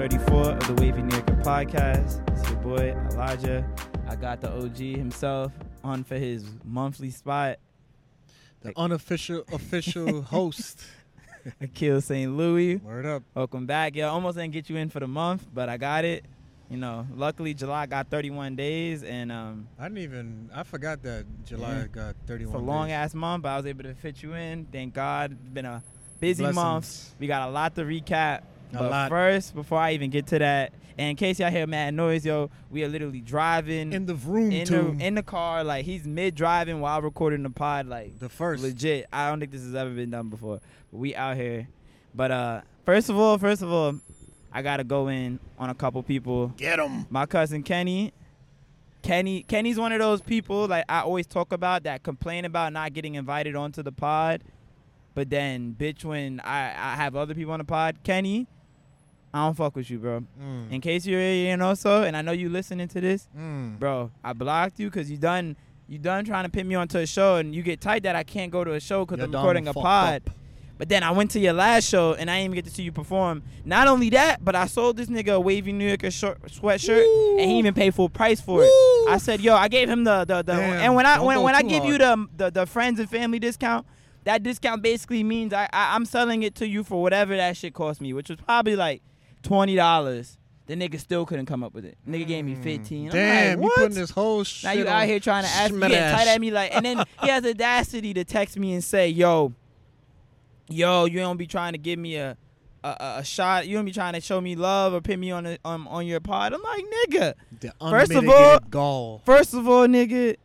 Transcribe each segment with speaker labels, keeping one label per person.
Speaker 1: the Wavy Nigga podcast. It's your boy Elijah. I got the OG himself on for his monthly spot.
Speaker 2: The unofficial official host.
Speaker 1: Akil St. Louis.
Speaker 2: Word up.
Speaker 1: Welcome back. Yo, almost didn't get you in for the month, but I got it. You know, luckily July got 31 days, and um,
Speaker 2: I didn't even I forgot that July
Speaker 1: Yeah.
Speaker 2: got thirty
Speaker 1: it's
Speaker 2: one.
Speaker 1: a long ass month. But I was able to fit you in. Thank God. It's been a busy month. We got a lot to recap.
Speaker 2: A
Speaker 1: but
Speaker 2: lot.
Speaker 1: first, before I even get to that, and in case y'all hear mad noise, yo, we are literally driving
Speaker 2: In the room
Speaker 1: in
Speaker 2: too.
Speaker 1: the, in the car. Like he's mid driving while recording the pod. Like
Speaker 2: the first.
Speaker 1: legit. I don't think this has ever been done before. But we out here. But uh, first of all, first of all, I gotta go in on a couple people.
Speaker 2: Get him.
Speaker 1: My cousin Kenny. Kenny Kenny's one of those people like I always talk about that complain about not getting invited onto the pod. But then bitch when I, I have other people on the pod, Kenny, I don't fuck with you, bro.
Speaker 2: Mm.
Speaker 1: In case you're in also, and I know you listening to this, Mm.
Speaker 2: Mm.
Speaker 1: bro, I blocked you because you done you done trying to pin me onto a show, and you get tight that I can't go to a show because I'm recording a pod. But then I went to your last show, and I didn't even get to see you perform. Not only that, but I sold this nigga a wavy New Yorker short, sweatshirt, and he even paid full price for it. I said, "Yo, I gave him the the, the
Speaker 2: Damn,
Speaker 1: and when I
Speaker 2: don't
Speaker 1: when,
Speaker 2: go
Speaker 1: when I
Speaker 2: too
Speaker 1: give you the, the the friends and family discount." That discount basically means I, I I'm selling it to you for whatever that shit cost me, which was probably like twenty dollars. The nigga still couldn't come up with it. Nigga gave me fifteen. I'm
Speaker 2: Mm. Damn,
Speaker 1: like,
Speaker 2: you
Speaker 1: what?
Speaker 2: putting this whole shit.
Speaker 1: Now you
Speaker 2: on
Speaker 1: out here trying to ask me,
Speaker 2: Schmidash.
Speaker 1: yeah, tight at me like, and then he has the audacity to text me and say, "Yo, yo, you don't be trying to give me a, a, a a shot. You don't be trying to show me love or put me on a, um, on your pod." I'm like, nigga.
Speaker 2: The
Speaker 1: First of
Speaker 2: unmitigated
Speaker 1: all-
Speaker 2: gall.
Speaker 1: First of all, nigga,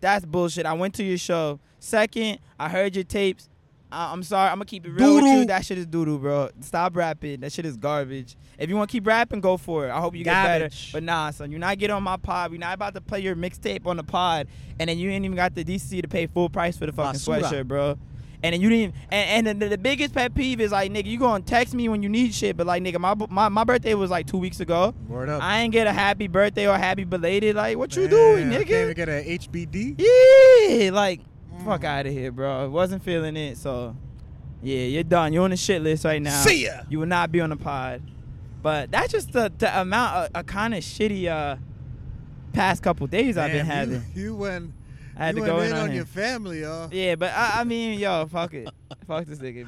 Speaker 1: that's bullshit. I went to your show. Second, I heard your tapes. I, I'm sorry. I'm gonna keep it real with you.
Speaker 2: Doodoo.
Speaker 1: That shit is doodoo, bro. Stop rapping. That shit is garbage. If you want to keep rapping, go for it. I hope you get better.
Speaker 2: Garbage.
Speaker 1: But nah, son, you're not getting on my pod. We're not about to play your mixtape on the pod, and then you ain't even got the DC to pay full price for the fucking
Speaker 2: Basura.
Speaker 1: sweatshirt, bro. And then you didn't. And, and the, the biggest pet peeve is like, nigga, you gonna text me when you need shit, but like, nigga, my my, my birthday was like two weeks ago.
Speaker 2: Word up.
Speaker 1: I ain't get a happy birthday or happy belated. Like, what you
Speaker 2: Damn,
Speaker 1: doing,
Speaker 2: I can't even
Speaker 1: nigga?
Speaker 2: get an HBD.
Speaker 1: Yeah, like, fuck
Speaker 2: Mm.
Speaker 1: out of here, bro. I wasn't feeling it, so yeah, you're done. You're on the shit list right now.
Speaker 2: See ya.
Speaker 1: You will not be on the pod. But that's just the, the amount of a kind of shitty uh past couple days I've been
Speaker 2: Damn, you-
Speaker 1: having.
Speaker 2: You, went.
Speaker 1: I had
Speaker 2: you
Speaker 1: to
Speaker 2: went
Speaker 1: go in
Speaker 2: in
Speaker 1: on
Speaker 2: on
Speaker 1: him.
Speaker 2: your family, y'all.
Speaker 1: Yeah, but I, I mean, yo, fuck it, fuck this nigga,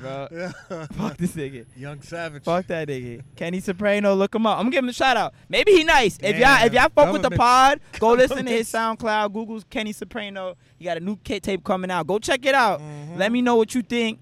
Speaker 1: bro. Fuck this nigga.
Speaker 2: Young Savage.
Speaker 1: Fuck that nigga. Kenny Soprano, look him up. I'm gonna give him a shout out. Maybe he nice. If y'all if
Speaker 2: Damn.
Speaker 1: y'all fuck with the
Speaker 2: Government-
Speaker 1: pod, go listen to
Speaker 2: government-
Speaker 1: his SoundCloud. Google's Kenny Soprano. He got a new kit tape coming out. Go check it out.
Speaker 2: Mhm.
Speaker 1: Oh, Let me know what you think.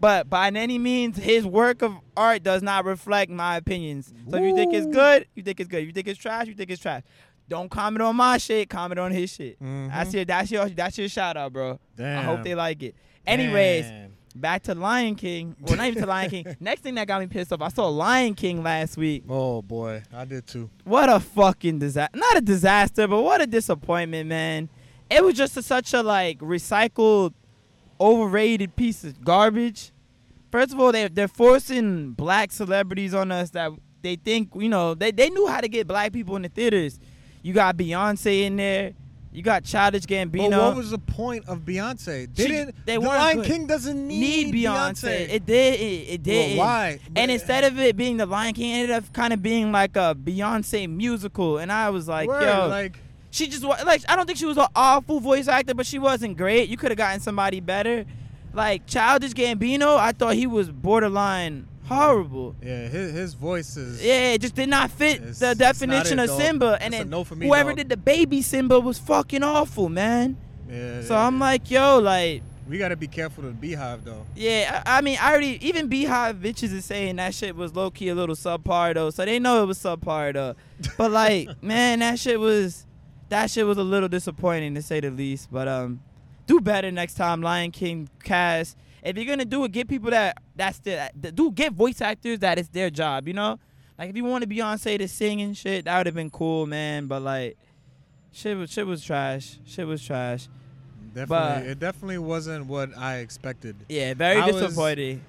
Speaker 1: But by any means, his work of art does not reflect my opinions. So if you think it's
Speaker 2: Ooh.
Speaker 1: good, you think it's good. If you think it's trash, you think it's trash. Don't comment on my shit. Comment on his shit.
Speaker 2: Mhm.
Speaker 1: That's your that's your that's your shout out, bro. I hope
Speaker 2: Damn.
Speaker 1: they like it. Anyways,
Speaker 2: Damn.
Speaker 1: back to Lion King. Well, not even to Lion King. Next thing that got me pissed off, I saw Lion King last week.
Speaker 2: Oh boy, I did too.
Speaker 1: What a fucking disaster. Not a disaster, but what a disappointment, man. It was just a, such a like recycled, overrated piece of garbage. First of all, they they're forcing black celebrities on us that they think you know they, they knew how to get black people in the theaters. You got Beyonce in there. You got Childish Gambino.
Speaker 2: But what was the point of Beyonce? They
Speaker 1: She-
Speaker 2: didn't.
Speaker 1: they
Speaker 2: the
Speaker 1: weren't
Speaker 2: Lion
Speaker 1: good.
Speaker 2: King doesn't need,
Speaker 1: need Beyonce. It did. It, it
Speaker 2: Well,
Speaker 1: did.
Speaker 2: why?
Speaker 1: And
Speaker 2: But-
Speaker 1: instead of it being the Lion King, it ended up kind of being like a Beyonce musical. And I was like,
Speaker 2: Word,
Speaker 1: yo,
Speaker 2: like
Speaker 1: she just wa- like I don't think she was an awful voice actor, but she wasn't great. You could have gotten somebody better. Like Childish Gambino, I thought he was borderline horrible.
Speaker 2: yeah, his, his voice is
Speaker 1: Yeah, it just did not fit
Speaker 2: It's-
Speaker 1: the
Speaker 2: it's not
Speaker 1: definition
Speaker 2: it,
Speaker 1: of
Speaker 2: dog.
Speaker 1: Simba. And
Speaker 2: That's a
Speaker 1: then
Speaker 2: no for me,
Speaker 1: whoever
Speaker 2: dog.
Speaker 1: did the baby Simba was fucking awful, man.
Speaker 2: yeah,
Speaker 1: So
Speaker 2: yeah,
Speaker 1: I'm
Speaker 2: yeah.
Speaker 1: like, yo, like
Speaker 2: we gotta be careful with Beehive though.
Speaker 1: Yeah, I, I mean, I already even Beehive bitches is saying that shit was low key a little subpar though, so they know it was subpar though. But like, man, that shit was that shit was a little disappointing to say the least. But um, do better next time, Lion King cast. If you're gonna do it, get people that that's their that- do get voice actors that it's their job, you know. Like if you wanted Beyonce to sing and shit, that would have been cool, man. But like, shit was shit was trash. Shit was trash.
Speaker 2: Definitely,
Speaker 1: But-
Speaker 2: it definitely wasn't what I expected.
Speaker 1: Yeah, very
Speaker 2: I was-
Speaker 1: disappointing.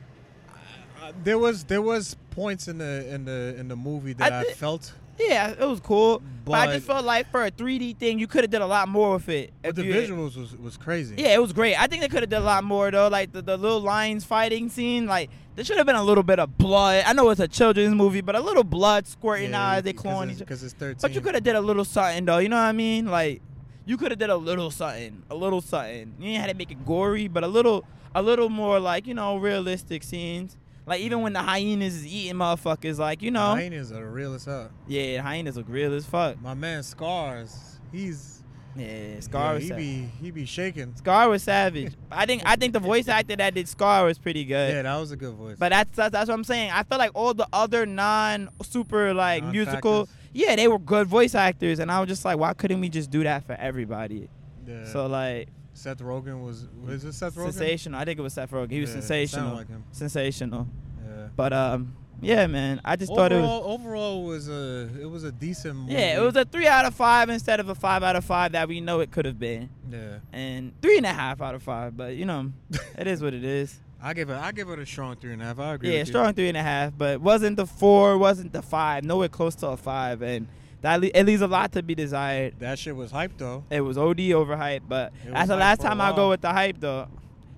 Speaker 2: Uh, there was there was points in the in the in the movie that
Speaker 1: I
Speaker 2: I,
Speaker 1: thi-
Speaker 2: felt
Speaker 1: Yeah, it was cool. But, I just
Speaker 2: But-
Speaker 1: felt like for a 3D thing, you could have did a lot more with it.
Speaker 2: But
Speaker 1: if
Speaker 2: the
Speaker 1: you-
Speaker 2: visuals was, was crazy.
Speaker 1: Yeah, it was great. I think they could have did a lot more though. Like the, the little lions fighting scene, like there should have been a little bit of blood. I know it's a children's movie, but a little blood squirting out, they clawing each other.
Speaker 2: Because it's 13.
Speaker 1: But you could have did a little something though. You know what I mean? Like you could have did a little something, a little something. You ain't had to make it gory, but a little, a little more like you know realistic scenes. Like even when the hyenas is eating motherfuckers, like you know,
Speaker 2: Hyenas are real as hell.
Speaker 1: yeah, the hyenas look real as fuck.
Speaker 2: My man Scars, he's
Speaker 1: Yeah, Scar was
Speaker 2: he
Speaker 1: savage.
Speaker 2: be he be shaking.
Speaker 1: Scar was savage. I think I think the voice actor that did Scar was pretty good.
Speaker 2: Yeah, that was a good voice.
Speaker 1: But that's, that's that's what I'm saying. I feel like all the other non super like musical,
Speaker 2: Non-factors.
Speaker 1: yeah, they were good voice actors, and I was just like, why couldn't we just do that for everybody?
Speaker 2: Yeah.
Speaker 1: So like
Speaker 2: Seth Rogen was was it Seth Rogen?
Speaker 1: sensational. I think it was Seth Rogen. He was
Speaker 2: Yeah, it sounded
Speaker 1: sensational,
Speaker 2: like him.
Speaker 1: sensational.
Speaker 2: Yeah.
Speaker 1: But um, yeah, man, I just thought it was.
Speaker 2: Overall, overall was a it was a decent movie.
Speaker 1: Yeah, it was a three out of five instead of a five out of five that we know it could have been,
Speaker 2: yeah.
Speaker 1: and three and a half out of five. But you know, it is what it is.
Speaker 2: I give it I give it a strong three and a half. I agree.
Speaker 1: Yeah,
Speaker 2: with you.
Speaker 1: strong three and a half, but wasn't the four, wasn't the five, nowhere close to a five, and that le- it leaves a lot to be desired.
Speaker 2: That shit was hype though.
Speaker 1: It was OD overhyped, but
Speaker 2: It was
Speaker 1: that's the
Speaker 2: hype
Speaker 1: last
Speaker 2: for a
Speaker 1: time I
Speaker 2: while.
Speaker 1: go with the hype though.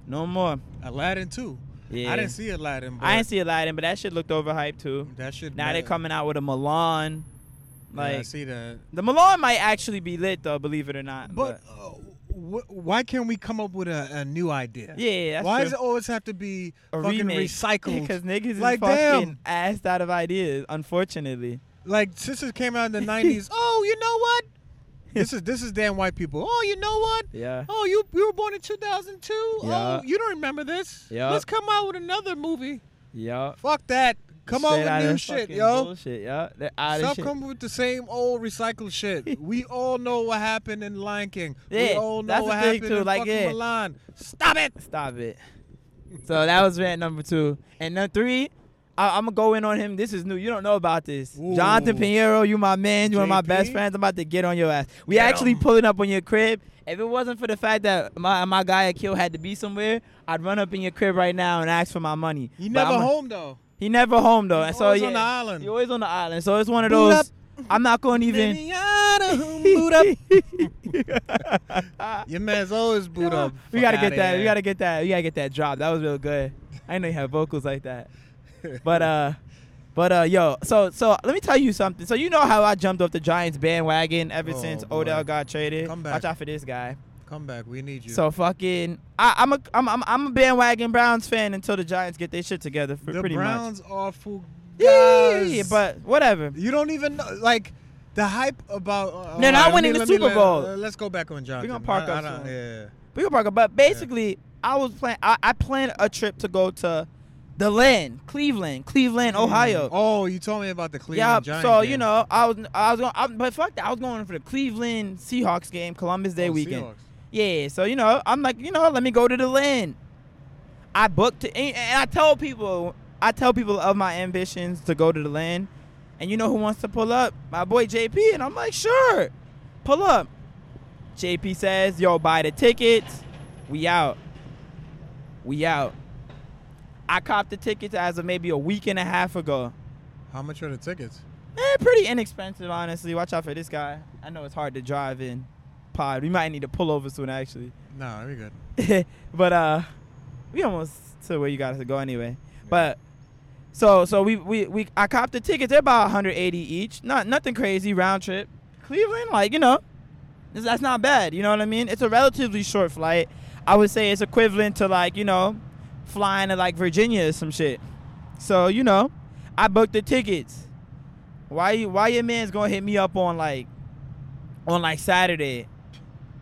Speaker 1: No more.
Speaker 2: Aladdin too.
Speaker 1: Yeah,
Speaker 2: I didn't see Aladdin. But
Speaker 1: I didn't see Aladdin, but that shit looked overhyped too.
Speaker 2: that shit.
Speaker 1: Now they're
Speaker 2: mad.
Speaker 1: coming out with a Milan.
Speaker 2: Yeah, I
Speaker 1: Like
Speaker 2: see that.
Speaker 1: the Milan might actually be lit though, believe it or not.
Speaker 2: But uh, wh- why can't we come up with a, a new idea?
Speaker 1: yeah, yeah, that's
Speaker 2: Why
Speaker 1: true.
Speaker 2: does it always have to be
Speaker 1: a
Speaker 2: fucking
Speaker 1: remake.
Speaker 2: recycled?
Speaker 1: Because niggas
Speaker 2: Like,
Speaker 1: is fucking
Speaker 2: damn.
Speaker 1: assed out of ideas, unfortunately.
Speaker 2: like since it came out in the nineties. oh, you know what? This is this is damn white people. Oh, you know what?
Speaker 1: Yeah.
Speaker 2: Oh, you you were born in two thousand two.
Speaker 1: Yeah.
Speaker 2: Oh, you don't remember this?
Speaker 1: Yeah.
Speaker 2: Let's come out with another movie.
Speaker 1: Yeah.
Speaker 2: Fuck that. Come
Speaker 1: Straight
Speaker 2: on
Speaker 1: out
Speaker 2: with
Speaker 1: of
Speaker 2: new shit,
Speaker 1: fucking
Speaker 2: yo.
Speaker 1: Bullshit, yeah. They're out of
Speaker 2: Stop
Speaker 1: shit.
Speaker 2: coming with the same old recycled shit. we all know what happened in Lion King. we
Speaker 1: Yeah,
Speaker 2: all know
Speaker 1: that's
Speaker 2: what
Speaker 1: the thing,
Speaker 2: happened
Speaker 1: too,
Speaker 2: in
Speaker 1: like,
Speaker 2: fucking
Speaker 1: yeah.
Speaker 2: Milan. Stop it.
Speaker 1: Stop it. So that was rant number two. And number three, I, I'm gonna go in on him. This is new. You don't know about this.
Speaker 2: Ooh.
Speaker 1: Jonathan Pinheiro, you my man. You one of my
Speaker 2: JP?
Speaker 1: best friends. I'm about to get on your ass. We
Speaker 2: Get
Speaker 1: actually
Speaker 2: 'em.
Speaker 1: pulling up on your crib. If it wasn't for the fact that my my guy Akil had to be somewhere, I'd run up in your crib right now and ask for my money.
Speaker 2: You
Speaker 1: But
Speaker 2: never
Speaker 1: I'm-
Speaker 2: home though.
Speaker 1: He never home though.
Speaker 2: He
Speaker 1: and so
Speaker 2: always
Speaker 1: yeah,
Speaker 2: on the island.
Speaker 1: He always on the island. So it's one of
Speaker 2: Boot
Speaker 1: those.
Speaker 2: up.
Speaker 1: I'm not gonna even.
Speaker 2: Baby, out of home, boot up.
Speaker 1: up.
Speaker 2: Your man's always boot up.
Speaker 1: We
Speaker 2: Fuck
Speaker 1: gotta
Speaker 2: outta
Speaker 1: get that.
Speaker 2: here.
Speaker 1: We gotta get that. We gotta get that drop. That was real good. I didn't know you had vocals like that. But uh, but uh, yo. So so let me tell you something. So you know how I jumped off the Giants bandwagon ever
Speaker 2: Oh,
Speaker 1: since
Speaker 2: boy.
Speaker 1: Odell got traded.
Speaker 2: Come back.
Speaker 1: Watch out for this guy.
Speaker 2: come back. We need you.
Speaker 1: So fucking. I, I'm a I'm, I'm I'm a bandwagon Browns fan until the Giants get their shit together for
Speaker 2: the
Speaker 1: pretty much.
Speaker 2: Browns are full
Speaker 1: Yeah,
Speaker 2: guys.
Speaker 1: but whatever.
Speaker 2: you don't even know, like the hype about. Uh,
Speaker 1: They're not
Speaker 2: alright, let
Speaker 1: winning
Speaker 2: me-
Speaker 1: the
Speaker 2: let me
Speaker 1: Super
Speaker 2: let-
Speaker 1: Bowl.
Speaker 2: uh, let's go back on Jonathan.
Speaker 1: park
Speaker 2: I,
Speaker 1: up
Speaker 2: I don't-
Speaker 1: soon.
Speaker 2: yeah.
Speaker 1: We can park about. But basically, I was plan. I, I planned a trip to go to the land, Cleveland, Cleveland, Ohio.
Speaker 2: Oh, you told me about the
Speaker 1: Yeah,
Speaker 2: Cleveland Giants.
Speaker 1: so you
Speaker 2: game.
Speaker 1: know, I was I was going, I, but fuck that, I was going for the Cleveland Seahawks game, Columbus Day
Speaker 2: Oh,
Speaker 1: weekend.
Speaker 2: Seahawks.
Speaker 1: Yeah, so you know, I'm like, you know, let me go to the land. I booked it, and, and I tell people, I tell people of my ambitions to go to the land, and you know who wants to pull up? My boy JP, and I'm like, sure, pull up. JP says, yo, buy the tickets. We out. We out. I copped the tickets as of maybe a week and a half ago.
Speaker 2: How much are the tickets?
Speaker 1: Eh, pretty inexpensive, honestly. Watch out for this guy. I know it's hard to drive in pod. We might need to pull over soon, actually.
Speaker 2: No, we good.
Speaker 1: but uh, we almost to where you got us to go anyway. But so so we we, we I copped the tickets. They're about 180 each. Not nothing crazy round trip. Cleveland, like you know, this- that's not bad. You know what I mean? It's a relatively short flight. I would say it's equivalent to like you know, flying to like Virginia or some shit. So you know, I booked the tickets. Why you why your man's gonna hit me up on like, on like Saturday,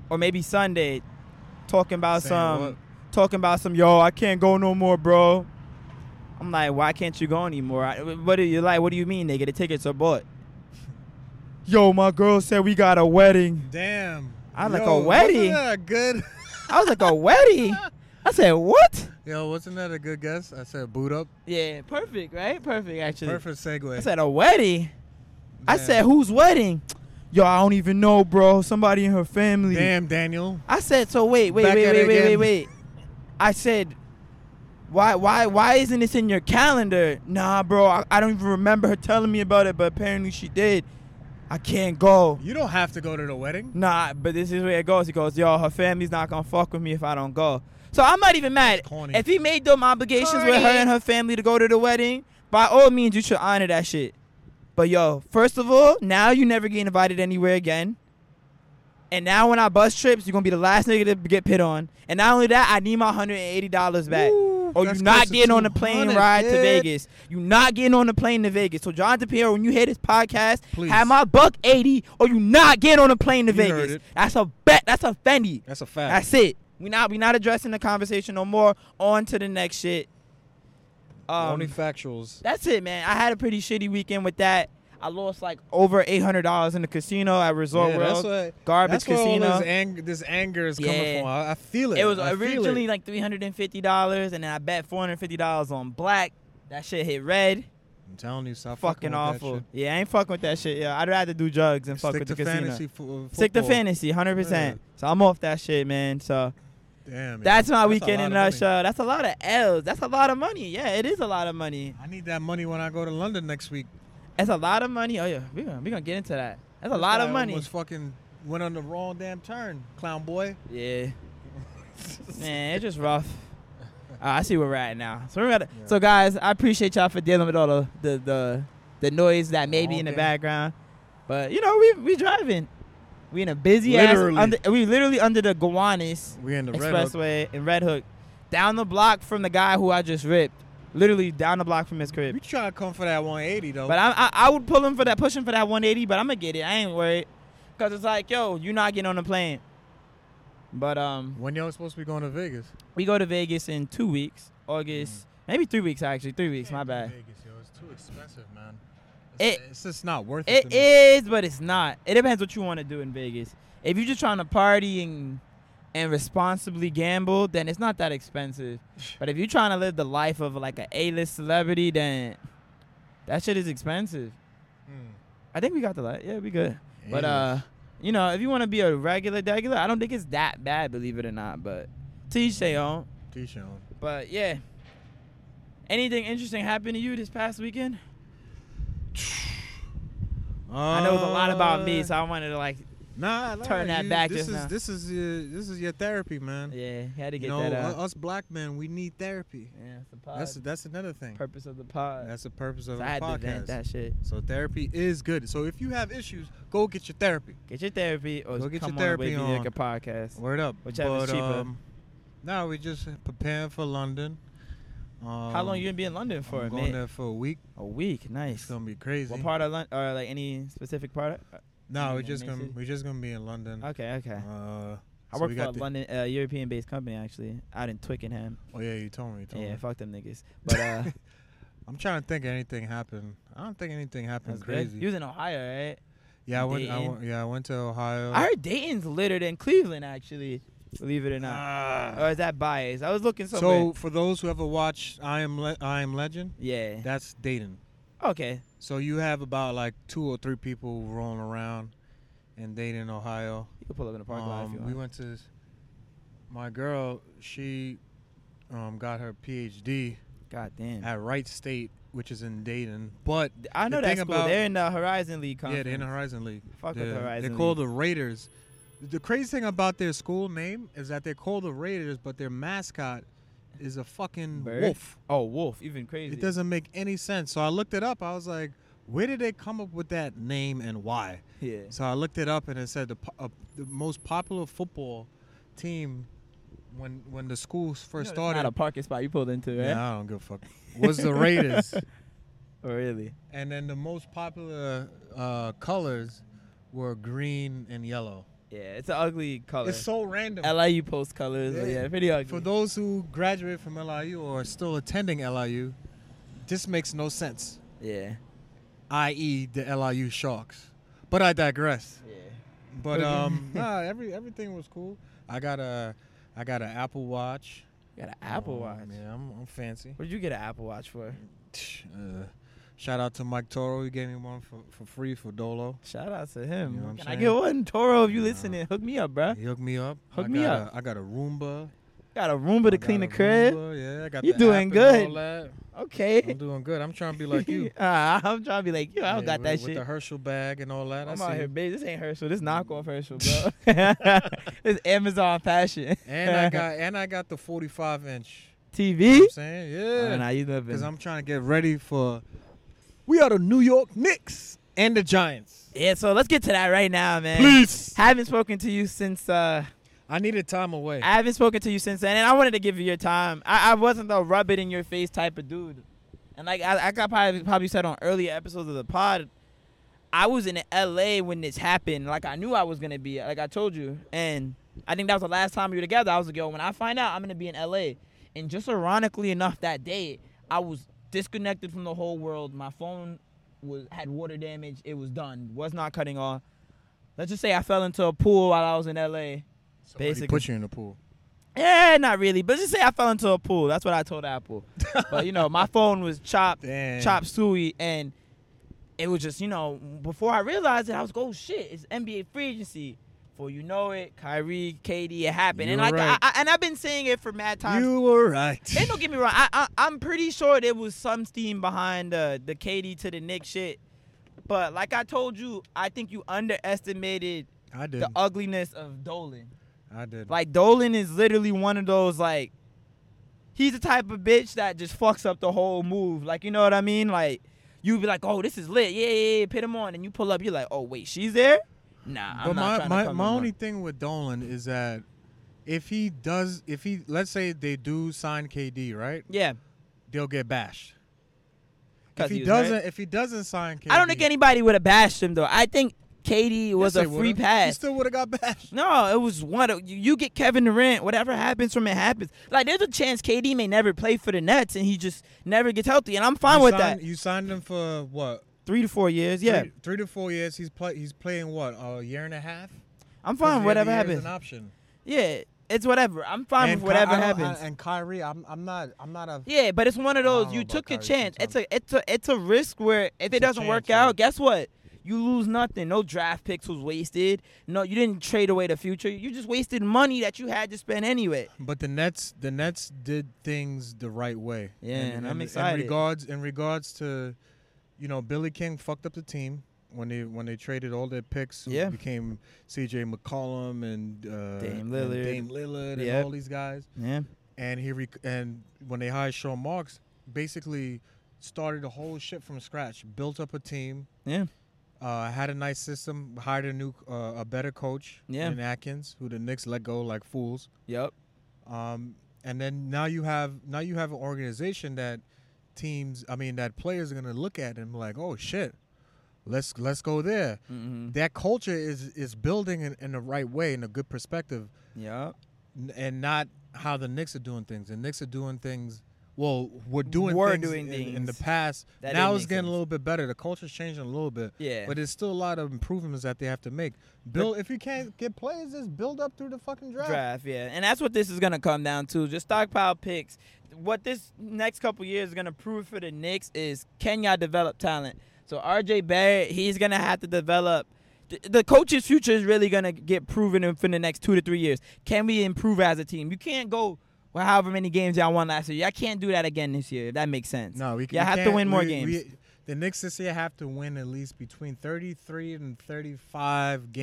Speaker 1: or maybe Sunday, talking about
Speaker 2: Saying
Speaker 1: some
Speaker 2: what?
Speaker 1: talking about some yo I can't go no more, bro. I'm like, why can't you go anymore? I, what do you like? What do you mean, nigga? The tickets are bought. Yo, my girl said we got a wedding.
Speaker 2: Damn.
Speaker 1: I like a
Speaker 2: Yo, wasn't
Speaker 1: wedding.
Speaker 2: that a good.
Speaker 1: I was like, a wedding? I said, what?
Speaker 2: Yo, wasn't that a good guess? I said boot up.
Speaker 1: Yeah, perfect, right? Perfect, actually.
Speaker 2: Perfect segue.
Speaker 1: I said, a wedding? I
Speaker 2: Damn.
Speaker 1: said, whose wedding? Yo, I don't even know, bro. Somebody in her family.
Speaker 2: Damn, Daniel.
Speaker 1: I said, so wait, wait,
Speaker 2: Back
Speaker 1: wait,
Speaker 2: at
Speaker 1: wait, wait,
Speaker 2: it
Speaker 1: wait,
Speaker 2: again.
Speaker 1: wait. I said, why, why, why isn't this in your calendar? Nah, bro, I, I don't even remember her telling me about it, but apparently she did. I can't go.
Speaker 2: You don't have to go to the wedding.
Speaker 1: Nah, but this is where it goes. He goes, yo, her family's not gonna fuck with me if I don't go. So I'm not even mad.
Speaker 2: That's corny.
Speaker 1: If he made them obligations with her
Speaker 2: Corny.
Speaker 1: and her family to go to the wedding, by all means, you should honor that shit. But yo, first of all, now you never get invited anywhere again. And now when I bus trips, you're gonna be the last nigga to get pit on. And not only that, I need my hundred and eighty dollars back.
Speaker 2: Ooh,
Speaker 1: or you're
Speaker 2: that's
Speaker 1: not
Speaker 2: close to
Speaker 1: getting on the plane
Speaker 2: 200,
Speaker 1: ride to
Speaker 2: kid.
Speaker 1: Vegas. You're not getting on the plane to Vegas. So John DePiero, when you hear this podcast,
Speaker 2: Please.
Speaker 1: have my buck eighty, or you not getting on the plane to
Speaker 2: You heard
Speaker 1: Vegas.
Speaker 2: it.
Speaker 1: That's a bet. That's a Fendi.
Speaker 2: That's a fact.
Speaker 1: That's it. We not we not addressing the conversation no more. On to the next shit. Um,
Speaker 2: Only factuals.
Speaker 1: that's it, man. I had a pretty shitty weekend with that. I lost like over eight hundred dollars in the casino at Resort
Speaker 2: Yeah,
Speaker 1: World,
Speaker 2: that's what-
Speaker 1: garbage
Speaker 2: That's where all
Speaker 1: casino.
Speaker 2: this, ang- this anger is
Speaker 1: Yeah.
Speaker 2: coming from. I, I feel it.
Speaker 1: It was
Speaker 2: I feel
Speaker 1: originally like three hundred and fifty dollars, and then I bet four hundred fifty dollars on black. That shit hit red.
Speaker 2: I'm telling you, stop
Speaker 1: Fucking
Speaker 2: fucking with that
Speaker 1: awful.
Speaker 2: shit.
Speaker 1: Yeah, I ain't fucking with that shit. Yeah, I'd rather do drugs and fuck
Speaker 2: Stick
Speaker 1: with
Speaker 2: to
Speaker 1: the casino.
Speaker 2: fantasy fo-
Speaker 1: Stick to
Speaker 2: football.
Speaker 1: fantasy, hundred percent. So I'm off that shit, man. So
Speaker 2: Damn.
Speaker 1: that's
Speaker 2: yeah.
Speaker 1: my
Speaker 2: a
Speaker 1: weekend in
Speaker 2: lot
Speaker 1: a
Speaker 2: of money.
Speaker 1: nutshell. That's a lot of L's. That's a lot of money. Yeah, it is a lot of money.
Speaker 2: I need that money when I go to London next week.
Speaker 1: That's a lot of money. Oh yeah, we gonna we gonna get into that. That's a lot of money.
Speaker 2: Was fucking went on the wrong damn turn, clown boy.
Speaker 1: Yeah. Man, it's just rough. Uh, I see where we're at now. So we're at,
Speaker 2: Yeah.
Speaker 1: so guys, I appreciate y'all for dealing with all the the the, the noise that may be in the
Speaker 2: Okay.
Speaker 1: background, but you know we we driving. We in a busy
Speaker 2: Literally.
Speaker 1: ass. Under, we literally under the Gowanus
Speaker 2: We in the red. Hook.
Speaker 1: Expressway in Red Hook, down the block from the guy who I just ripped. Literally down the block from his crib.
Speaker 2: We try to come for that 180 though.
Speaker 1: But I, I I would pull him for that, push him for that 180. But I'm gonna get it. I ain't worried, cause it's like, yo, you're not getting on the plane. But um,
Speaker 2: when y'all supposed to be going to Vegas?
Speaker 1: we go to Vegas in two weeks, August, maybe three weeks actually, three weeks. My bad.
Speaker 2: Vegas, yo, it's too expensive, man.
Speaker 1: It's-
Speaker 2: It's,
Speaker 1: It-
Speaker 2: just not worth it.
Speaker 1: It is, but it's not. It depends what you want to do in Vegas. If you're just trying to party and and responsibly gamble, then it's not that expensive. But if you're trying to live the life of like a A-list celebrity, then that shit is expensive.
Speaker 2: Hmm.
Speaker 1: I think we got the light. Yeah, we good. But uh, you know, if you want to be a regular regular, I don't think it's that bad, believe it or not. But to each their own. But yeah, anything interesting happened to you this past weekend? I know it was a lot about me, so I wanted to like,
Speaker 2: Uh, nah, nah,
Speaker 1: turn that
Speaker 2: you-
Speaker 1: back
Speaker 2: This
Speaker 1: just
Speaker 2: is
Speaker 1: now.
Speaker 2: this is your, this is your therapy, man.
Speaker 1: yeah, had to
Speaker 2: Uh, you
Speaker 1: get
Speaker 2: know,
Speaker 1: that uh,
Speaker 2: u-
Speaker 1: out.
Speaker 2: us black men, we need therapy.
Speaker 1: yeah, it's the pod.
Speaker 2: That's that's another thing.
Speaker 1: purpose of the pod.
Speaker 2: That's the purpose of
Speaker 1: so
Speaker 2: the
Speaker 1: I had to
Speaker 2: podcast.
Speaker 1: vent that shit.
Speaker 2: So therapy is good. So if you have issues, go get your therapy.
Speaker 1: Get your therapy or
Speaker 2: Go get
Speaker 1: come
Speaker 2: your
Speaker 1: on
Speaker 2: therapy
Speaker 1: the Wavy
Speaker 2: on.
Speaker 1: Dicker podcast.
Speaker 2: Word up.
Speaker 1: Whichever's
Speaker 2: But,
Speaker 1: cheaper.
Speaker 2: Um, now we're just preparing for London. Um,
Speaker 1: How long you gonna be in London for,
Speaker 2: I'm going
Speaker 1: man?
Speaker 2: there for a week.
Speaker 1: A week,
Speaker 2: It's
Speaker 1: nice.
Speaker 2: gonna be crazy.
Speaker 1: What part of London, or like any specific part?
Speaker 2: No,
Speaker 1: you
Speaker 2: we're
Speaker 1: mean,
Speaker 2: just
Speaker 1: main
Speaker 2: gonna
Speaker 1: city?
Speaker 2: we're just gonna be in London.
Speaker 1: Okay, okay.
Speaker 2: Uh,
Speaker 1: I
Speaker 2: so
Speaker 1: work
Speaker 2: we
Speaker 1: for
Speaker 2: got
Speaker 1: a
Speaker 2: the-
Speaker 1: London, uh, European-based company actually, out in Twickenham.
Speaker 2: Oh yeah, you told me. You told
Speaker 1: Yeah,
Speaker 2: me.
Speaker 1: fuck them niggas. But uh,
Speaker 2: I'm trying to think. If anything happened? I don't think anything happened
Speaker 1: that's crazy.
Speaker 2: crazy.
Speaker 1: You was in Ohio, right?
Speaker 2: yeah, I went, I
Speaker 1: Dayton.
Speaker 2: went. Yeah, I went to Ohio.
Speaker 1: I heard Dayton's littered in Cleveland, actually. Believe it or not,
Speaker 2: Ah.
Speaker 1: or is that biased? I was looking somewhere.
Speaker 2: so for those who ever watched I am Le- I am Legend,
Speaker 1: yeah.
Speaker 2: that's Dayton.
Speaker 1: Okay.
Speaker 2: So you have about like two or three people rolling around in Dayton, Ohio.
Speaker 1: You can pull up in the parking lot if you
Speaker 2: Um,
Speaker 1: want.
Speaker 2: we went to my girl. She um, got her PhD
Speaker 1: God damn.
Speaker 2: at Wright State, which is in Dayton. But
Speaker 1: I know
Speaker 2: the
Speaker 1: that
Speaker 2: thing
Speaker 1: school.
Speaker 2: about-
Speaker 1: They're in the Horizon League
Speaker 2: yeah,
Speaker 1: conference.
Speaker 2: they're in the Horizon League.
Speaker 1: Fuck
Speaker 2: they're,
Speaker 1: with Horizon.
Speaker 2: They're called
Speaker 1: League.
Speaker 2: the Raiders. The crazy thing about their school name is that they're called the Raiders, but their mascot is a fucking
Speaker 1: Bird?
Speaker 2: wolf.
Speaker 1: oh Wolf. Even crazy.
Speaker 2: It doesn't make any sense. So I looked it up. I was like, where did they come up with that name and why?
Speaker 1: Yeah.
Speaker 2: So I looked it up and it said the, po- uh, the most popular football team when when the schools first
Speaker 1: You know, it's
Speaker 2: started.
Speaker 1: Not a parking spot you pulled into, right?
Speaker 2: Nah, I don't give a fuck. Was the Raiders,
Speaker 1: Oh really?
Speaker 2: and then the most popular uh, colors were green and yellow.
Speaker 1: Yeah. It's an ugly color.
Speaker 2: It's so random.
Speaker 1: LIU post colors. but
Speaker 2: Yeah.
Speaker 1: yeah, pretty ugly.
Speaker 2: For those who graduated from LIU or are still attending LIU, this makes no sense.
Speaker 1: yeah.
Speaker 2: I.e., the LIU Sharks. But I digress.
Speaker 1: Yeah.
Speaker 2: But
Speaker 1: Okay.
Speaker 2: um, nah, every everything was cool. I got a I got an Apple Watch.
Speaker 1: You got an Apple
Speaker 2: Um,
Speaker 1: Watch.
Speaker 2: Yeah, I'm, I'm fancy.
Speaker 1: What did you get an Apple Watch for?
Speaker 2: Uh, shout out to Mike Toro. He gave me one for, for free for Dolo.
Speaker 1: Shout out to him.
Speaker 2: You know what I'm
Speaker 1: Can I
Speaker 2: saying?
Speaker 1: get one, Toro? If you
Speaker 2: Nah.
Speaker 1: listening, hook me up, bruh.
Speaker 2: He hooked me up.
Speaker 1: Hook
Speaker 2: I
Speaker 1: me
Speaker 2: got
Speaker 1: up.
Speaker 2: A, I got a Roomba.
Speaker 1: Got a Roomba
Speaker 2: I
Speaker 1: to clean the
Speaker 2: got a
Speaker 1: crib.
Speaker 2: Roomba, Yeah, I got
Speaker 1: You
Speaker 2: the
Speaker 1: doing
Speaker 2: app and
Speaker 1: good.
Speaker 2: all that.
Speaker 1: Okay.
Speaker 2: I'm doing good. I'm trying to be like you.
Speaker 1: Ah, I'm trying to be like, yo, I don't
Speaker 2: Yeah,
Speaker 1: got
Speaker 2: with,
Speaker 1: that
Speaker 2: with
Speaker 1: shit.
Speaker 2: the Herschel bag and all that. i
Speaker 1: I'm
Speaker 2: see. Mm.
Speaker 1: out here, bitch. This ain't Herschel. This knockoff Herschel, bro. this Amazon fashion.
Speaker 2: And I got and I got the 45 inch. You know
Speaker 1: TV.
Speaker 2: what I'm saying,
Speaker 1: Oh, nah,
Speaker 2: yeah,
Speaker 1: you living.
Speaker 2: because I'm trying to get ready for. We are the New York Knicks and the Giants.
Speaker 1: Yeah, so let's get to that right now, man.
Speaker 2: Please,
Speaker 1: Haven't spoken to you since uh
Speaker 2: I needed time away.
Speaker 1: I haven't spoken to you since then, and I wanted to give you your time. I, I wasn't the rub it in your face type of dude, and like I, I got probably probably said on earlier episodes of the pod, I was in L.A. when this happened. Like I knew I was gonna be, like I told you, and I think that was the last time we were together. I was like, yo, when I find out I'm gonna be in L.A., and just ironically enough, that day I was disconnected from the whole world. My phone was had water damage. It was done. Was not cutting off. Let's just say I fell into a pool while I was in L.A.
Speaker 2: Somebody
Speaker 1: basically-
Speaker 2: put you in the pool.
Speaker 1: Yeah, Eh, not really. But just say I fell into a pool. That's what I told Apple. but you know, my phone was chopped,
Speaker 2: Damn.
Speaker 1: chopped suey, and it was just you know before I realized it, I was like, oh shit, it's NBA free agency. For you know it, Kyrie, KD, it happened, and
Speaker 2: You're
Speaker 1: like
Speaker 2: right.
Speaker 1: I, I, and I've been saying it for mad time.
Speaker 2: You were right.
Speaker 1: And don't get me wrong, I, I I'm pretty sure there was some steam behind the the KD to the Knicks shit. But like I told you, I think you underestimated
Speaker 2: I did.
Speaker 1: the ugliness of Dolan.
Speaker 2: I did.
Speaker 1: Like Dolan is literally one of those like he's the type of bitch that just fucks up the whole move. Like you know what I mean? Like you be like, "Oh, this is lit. Yeah, yeah, yeah. Put him on." And you pull up, you're like, "Oh, wait, she's there?" Nah, I'm not
Speaker 2: but my
Speaker 1: trying
Speaker 2: my,
Speaker 1: to come
Speaker 2: my
Speaker 1: in
Speaker 2: only
Speaker 1: on-
Speaker 2: thing with Dolan is that if he does, if he let's say they do sign KD, right?
Speaker 1: Yeah.
Speaker 2: They'll get bashed.
Speaker 1: 'cause
Speaker 2: If he,
Speaker 1: was
Speaker 2: doesn't,
Speaker 1: hurt.
Speaker 2: if he doesn't sign KD,
Speaker 1: I don't think anybody would have bashed him though. I think Katie
Speaker 2: Yes,
Speaker 1: was
Speaker 2: they
Speaker 1: a
Speaker 2: would've.
Speaker 1: free
Speaker 2: He
Speaker 1: pass.
Speaker 2: still would have got bashed.
Speaker 1: No, it was one of you, you get Kevin Durant. Whatever happens from it happens. Like there's a chance KD may never play for the Nets and he just never gets healthy. And I'm fine
Speaker 2: you
Speaker 1: with
Speaker 2: signed,
Speaker 1: that.
Speaker 2: You signed him for what?
Speaker 1: Three to four years, yeah.
Speaker 2: three, three to four years. He's play, he's playing what a year and a half.
Speaker 1: I'm
Speaker 2: 'Cause
Speaker 1: fine.
Speaker 2: the
Speaker 1: with
Speaker 2: other
Speaker 1: Whatever
Speaker 2: year is
Speaker 1: happens.
Speaker 2: an option.
Speaker 1: Yeah, it's whatever. I'm fine
Speaker 2: And
Speaker 1: with
Speaker 2: Ky- I
Speaker 1: whatever
Speaker 2: don't- I-
Speaker 1: happens.
Speaker 2: and Kyrie, I'm I'm not I'm not a
Speaker 1: yeah, but it's one of
Speaker 2: I
Speaker 1: those
Speaker 2: don't
Speaker 1: you
Speaker 2: know
Speaker 1: took
Speaker 2: about
Speaker 1: your
Speaker 2: Kyrie
Speaker 1: chance. It's a it's a it's a risk where if
Speaker 2: a
Speaker 1: it doesn't work
Speaker 2: chance,
Speaker 1: out, guess what? You lose nothing. No draft picks was wasted. No, you didn't trade away the future. You just wasted money that you had to spend anyway.
Speaker 2: But the Nets, the Nets did things the right way.
Speaker 1: Yeah, and I'm
Speaker 2: In
Speaker 1: excited.
Speaker 2: regards, in regards to, you know, Billy King fucked up the team when they when they traded all their picks. who
Speaker 1: Yeah.
Speaker 2: became C.J. McCollum and uh,
Speaker 1: Dame
Speaker 2: and
Speaker 1: Lillard.
Speaker 2: Dame Lillard, and
Speaker 1: Yep.
Speaker 2: all these guys.
Speaker 1: Yeah.
Speaker 2: And he rec- and when they hired Sean Marks, basically started the whole shit from scratch, built up a team.
Speaker 1: Yeah.
Speaker 2: Uh, had a nice system, hired a new, uh, a better coach
Speaker 1: Yeah.
Speaker 2: in Atkins, who the Knicks let go like fools
Speaker 1: Yep.
Speaker 2: um, and then now you have now you have an organization that teams i mean that players are going to look at and be like oh shit let's let's go there
Speaker 1: Mm-hmm.
Speaker 2: that culture is is building in, in the right way in a good perspective
Speaker 1: Yep.
Speaker 2: n- and not how the Knicks are doing things the Knicks are doing things well we're doing
Speaker 1: Were
Speaker 2: things,
Speaker 1: doing
Speaker 2: in, in the
Speaker 1: things
Speaker 2: past
Speaker 1: that
Speaker 2: now
Speaker 1: didn't
Speaker 2: it's
Speaker 1: make
Speaker 2: getting
Speaker 1: sense.
Speaker 2: a little bit better the culture's changing a little bit
Speaker 1: Yeah.
Speaker 2: but there's still a lot of improvements that they have to make build if you can't get players just build up through the fucking
Speaker 1: draft, yeah. And that's what this is gonna come down to. Just stockpile picks. What this next couple years is gonna prove for the Knicks is can y'all develop talent? So RJ Barrett, he's gonna have to develop th- the coach's future is really gonna get proven in for the next two to three years. Can we improve as a team? You can't go well, however many games y'all won last year. Y'all can't do that again this year. If that makes sense.
Speaker 2: No, we, c-
Speaker 1: Y'all
Speaker 2: we
Speaker 1: have to
Speaker 2: can't-
Speaker 1: win more
Speaker 2: we-
Speaker 1: games.
Speaker 2: we- the Knicks this year have to win at least between 33 and 35 games,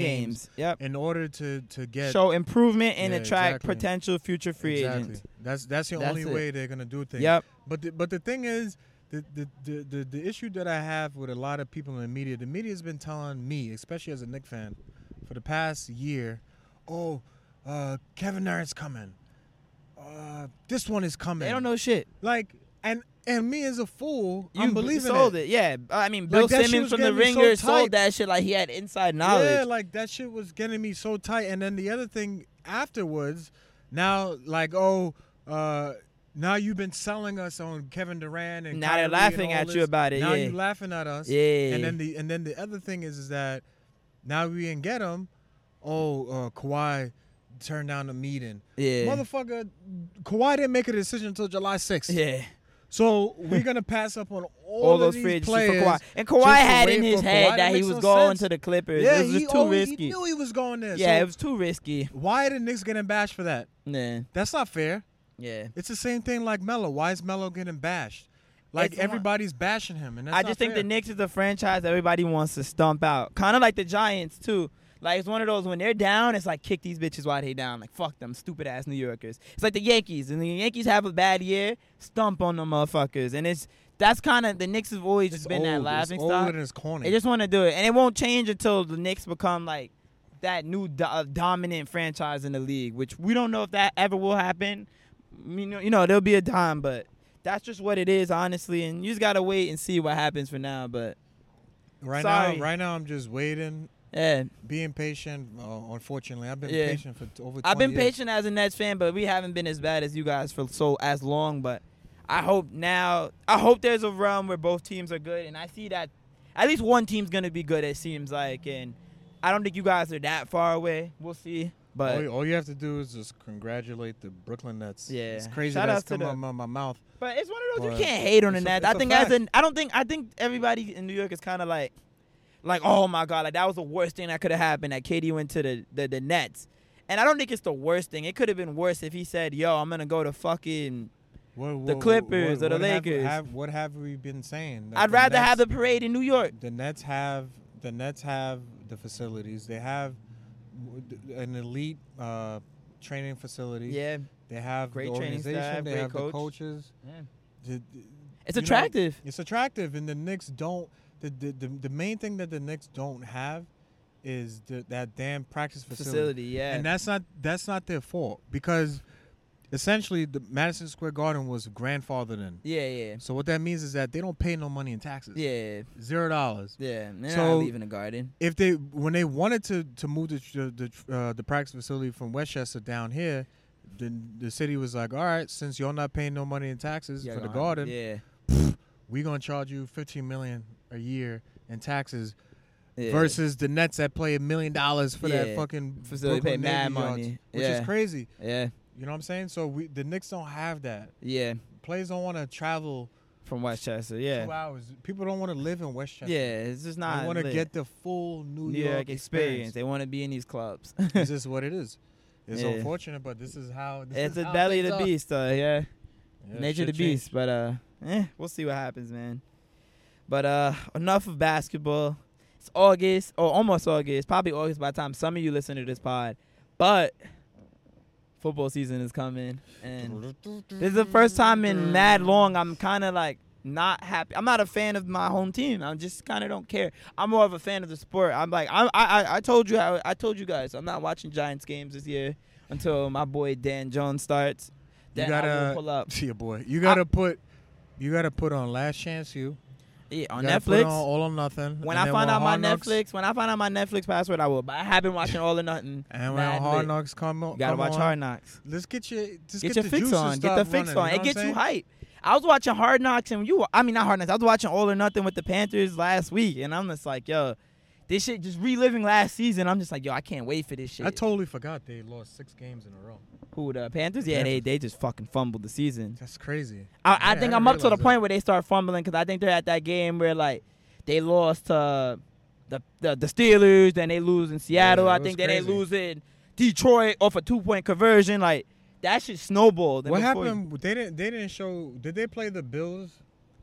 Speaker 1: games. Yep.
Speaker 2: in order to to get
Speaker 1: Show improvement and
Speaker 2: Yeah,
Speaker 1: attract
Speaker 2: exactly.
Speaker 1: potential future free
Speaker 2: exactly.
Speaker 1: agents.
Speaker 2: That's that's the
Speaker 1: That's
Speaker 2: only
Speaker 1: it.
Speaker 2: way they're gonna do things.
Speaker 1: Yep.
Speaker 2: But the, but the thing is, the the, the the the issue that I have with a lot of people in the media, the media's been telling me, especially as a Knicks fan, for the past year, oh, uh, Kevin Durant's coming. Uh, this one is coming.
Speaker 1: They don't know shit.
Speaker 2: Like and and me as a fool,
Speaker 1: You
Speaker 2: I'm
Speaker 1: b-
Speaker 2: believing
Speaker 1: sold it. Yeah, I mean, Bill
Speaker 2: Like, that shit
Speaker 1: Simmons
Speaker 2: was
Speaker 1: from The
Speaker 2: getting me so
Speaker 1: Ringer
Speaker 2: tight.
Speaker 1: sold that shit like he had inside
Speaker 2: Yeah,
Speaker 1: knowledge.
Speaker 2: like that shit was getting me so tight. And then the other thing afterwards, now like oh, uh, now you've been selling us on Kevin Durant and
Speaker 1: Now they're
Speaker 2: Kyrie and
Speaker 1: laughing
Speaker 2: all
Speaker 1: at you
Speaker 2: this.
Speaker 1: about it,
Speaker 2: Now
Speaker 1: yeah.
Speaker 2: you laughing at us.
Speaker 1: Yeah.
Speaker 2: And then the and then the other thing is is that now we didn't get him. Oh, uh, Kawhi turned down the meeting.
Speaker 1: Yeah,
Speaker 2: Motherfucker, Kawhi didn't make a decision until July 6th.
Speaker 1: yeah.
Speaker 2: So we're gonna pass up on all,
Speaker 1: All,
Speaker 2: of
Speaker 1: those
Speaker 2: these
Speaker 1: free agents for
Speaker 2: players.
Speaker 1: Kawhi, and
Speaker 2: just
Speaker 1: Kawhi
Speaker 2: to
Speaker 1: had in
Speaker 2: wait
Speaker 1: his
Speaker 2: for
Speaker 1: head
Speaker 2: Kawhi.
Speaker 1: that
Speaker 2: That
Speaker 1: he
Speaker 2: makes
Speaker 1: was
Speaker 2: no
Speaker 1: going
Speaker 2: sense.
Speaker 1: to the Clippers.
Speaker 2: Yeah,
Speaker 1: it was
Speaker 2: he,
Speaker 1: just too
Speaker 2: always-
Speaker 1: risky.
Speaker 2: he knew he was going there.
Speaker 1: yeah,
Speaker 2: So
Speaker 1: it was too risky.
Speaker 2: Why are the Knicks getting bashed for that?
Speaker 1: Yeah,
Speaker 2: That's not fair.
Speaker 1: yeah.
Speaker 2: It's the same thing like Melo. Why is Melo getting bashed? Like
Speaker 1: It's not-
Speaker 2: everybody's bashing him, and that's
Speaker 1: I
Speaker 2: not
Speaker 1: just think
Speaker 2: fair.
Speaker 1: the Knicks is a franchise everybody wants to stomp out. Kind of like the Giants too. Like it's one of those when they're down, it's like kick these bitches while they down. Like fuck them stupid ass New Yorkers. It's like the Yankees, and the Yankees have a bad year, stomp on them motherfuckers, and it's that's kind of the Knicks have always
Speaker 2: It's
Speaker 1: just been
Speaker 2: old.
Speaker 1: that
Speaker 2: It's
Speaker 1: laughing
Speaker 2: old
Speaker 1: stock.
Speaker 2: and it's corny.
Speaker 1: They just want to do it, and it won't change until the Knicks become like that new do- uh, dominant franchise in the league, which we don't know if that ever will happen. You know, you know, there'll be a time, but that's just what it is, honestly. And you just gotta wait and see what happens for now. But
Speaker 2: right
Speaker 1: sorry.
Speaker 2: now, right now, I'm just waiting,
Speaker 1: yeah,
Speaker 2: being patient. Uh, unfortunately, I've been
Speaker 1: Yeah.
Speaker 2: patient for t- over. 20
Speaker 1: I've been
Speaker 2: years.
Speaker 1: patient as a Nets fan, but we haven't been as bad as you guys for so as long. But I hope now, I hope there's a run where both teams are good, and I see that at least one team's gonna be good. It seems like, and I don't think you guys are that far away. We'll see, but.
Speaker 2: All, you- all you have to do is just congratulate the Brooklyn Nets.
Speaker 1: Yeah.
Speaker 2: it's crazy
Speaker 1: Shout
Speaker 2: that's
Speaker 1: out to
Speaker 2: come
Speaker 1: the-
Speaker 2: out my, my mouth.
Speaker 1: But it's one of those
Speaker 2: But
Speaker 1: you can't hate on the
Speaker 2: it's a-
Speaker 1: Nets.
Speaker 2: it's
Speaker 1: I
Speaker 2: a
Speaker 1: think as
Speaker 2: fact.
Speaker 1: an I don't think I think everybody in New York is kind of like, like oh my god, like that was the worst thing that could have happened that KD went to the, the the Nets, and I don't think it's the worst thing. It could have been worse if he said, "Yo, I'm gonna go to fucking."
Speaker 2: What, what-
Speaker 1: The
Speaker 2: what-
Speaker 1: Clippers
Speaker 2: what-
Speaker 1: or the
Speaker 2: what have-
Speaker 1: Lakers.
Speaker 2: have- what have we been saying? That
Speaker 1: I'd
Speaker 2: the
Speaker 1: rather
Speaker 2: Nets-
Speaker 1: have the parade in New York.
Speaker 2: the Nets have the Nets have the facilities. They have an elite uh, training facility.
Speaker 1: Yeah,
Speaker 2: They have
Speaker 1: Great
Speaker 2: the
Speaker 1: training
Speaker 2: organization.
Speaker 1: staff,
Speaker 2: they
Speaker 1: great
Speaker 2: have
Speaker 1: coach.
Speaker 2: the coaches. The- the-
Speaker 1: it's
Speaker 2: you know,
Speaker 1: attractive.
Speaker 2: it's attractive, and the Knicks don't. The, the, the, the main thing that the Knicks don't have is the, that damn practice
Speaker 1: facility.
Speaker 2: facility.
Speaker 1: yeah.
Speaker 2: And that's not that's not their fault because essentially the Madison Square Garden was grandfathered in.
Speaker 1: yeah, yeah,
Speaker 2: So what that means is that they don't pay no money in taxes.
Speaker 1: yeah,
Speaker 2: Zero dollars.
Speaker 1: yeah. They're
Speaker 2: So-
Speaker 1: not leaving the garden.
Speaker 2: If they when they wanted to to move the the the, uh, the practice facility from Westchester down here, then the city was like, "All right, since y'all not paying no money in taxes
Speaker 1: Yeah,
Speaker 2: for the
Speaker 1: gone.
Speaker 2: garden,
Speaker 1: Yeah,
Speaker 2: we're going to charge you 15 million a year in taxes
Speaker 1: yeah.
Speaker 2: versus the Nets that pay a million dollars for
Speaker 1: Yeah.
Speaker 2: that fucking
Speaker 1: Facility pay
Speaker 2: Brooklyn
Speaker 1: mad
Speaker 2: Navy yards,
Speaker 1: money.
Speaker 2: which
Speaker 1: Yeah.
Speaker 2: is crazy.
Speaker 1: yeah,
Speaker 2: You know what I'm saying? So we the Knicks don't have that.
Speaker 1: yeah.
Speaker 2: Players don't want to travel
Speaker 1: From Westchester. Yeah,
Speaker 2: two hours. People don't want to live in Westchester.
Speaker 1: yeah. It's just not.
Speaker 2: they want to
Speaker 1: lit.
Speaker 2: get the full New,
Speaker 1: New York experience. They want to be in these clubs.
Speaker 2: this is what it is. It's
Speaker 1: Yeah.
Speaker 2: unfortunate, but this is how this
Speaker 1: it's
Speaker 2: is
Speaker 1: a
Speaker 2: how
Speaker 1: belly of
Speaker 2: things
Speaker 1: the
Speaker 2: are.
Speaker 1: beast, though. Yeah,
Speaker 2: Yeah,
Speaker 1: nature
Speaker 2: shit
Speaker 1: of the beast.
Speaker 2: changed.
Speaker 1: But uh, eh, we'll see what happens, man. But uh, enough of basketball. It's August or almost August. Probably August by the time some of you listen to this pod. But football season is coming, and this is the first time in mad long I'm kind of like not happy. I'm not a fan of my home team. I just kind of don't care. I'm more of a fan of the sport. I'm like I'm, I I I told you I, I told you guys I'm not watching Giants games this year until my boy Dan Jones starts.
Speaker 2: You
Speaker 1: Then I
Speaker 2: gotta
Speaker 1: will pull up
Speaker 2: See your boy. You gotta put. You gotta put on Last Chance You.
Speaker 1: yeah, on
Speaker 2: You gotta put
Speaker 1: Netflix.
Speaker 2: on All or Nothing.
Speaker 1: when
Speaker 2: and
Speaker 1: I
Speaker 2: then
Speaker 1: find
Speaker 2: when
Speaker 1: out my
Speaker 2: Hard Knocks-
Speaker 1: Netflix, when I find out my Netflix password, I will. But I have been watching all or nothing.
Speaker 2: And when
Speaker 1: Mad
Speaker 2: Hard
Speaker 1: lit.
Speaker 2: Knocks come, o-
Speaker 1: you gotta
Speaker 2: come
Speaker 1: watch
Speaker 2: on,
Speaker 1: Hard Knocks.
Speaker 2: Let's get your just
Speaker 1: get,
Speaker 2: get,
Speaker 1: your
Speaker 2: the
Speaker 1: fix
Speaker 2: juices
Speaker 1: on. Get
Speaker 2: start
Speaker 1: the fix on.
Speaker 2: running, You know
Speaker 1: it
Speaker 2: what
Speaker 1: gets
Speaker 2: I'm
Speaker 1: you
Speaker 2: saying?
Speaker 1: hype. I was watching Hard Knocks and you. I mean, not Hard Knocks. I was watching All or Nothing with the Panthers last week, and I'm just like, yo, this shit just reliving last season. I'm just like, yo, I can't wait for this shit.
Speaker 2: I totally forgot they lost six games in a row.
Speaker 1: Who the Panthers? Yeah, they
Speaker 2: Panthers.
Speaker 1: they just fucking fumbled the season.
Speaker 2: That's crazy.
Speaker 1: I,
Speaker 2: Yeah,
Speaker 1: I
Speaker 2: I
Speaker 1: think
Speaker 2: didn't
Speaker 1: I'm up to the
Speaker 2: realize that.
Speaker 1: point where they start fumbling because I think they're at that game where like they lost to the, the the Steelers, then they lose in Seattle.
Speaker 2: Yeah,
Speaker 1: I
Speaker 2: it was
Speaker 1: think then they
Speaker 2: crazy.
Speaker 1: lose in Detroit off a two point conversion. Like that shit snowballed. And
Speaker 2: What
Speaker 1: before you-
Speaker 2: happened? They didn't. They didn't show. Did they play the Bills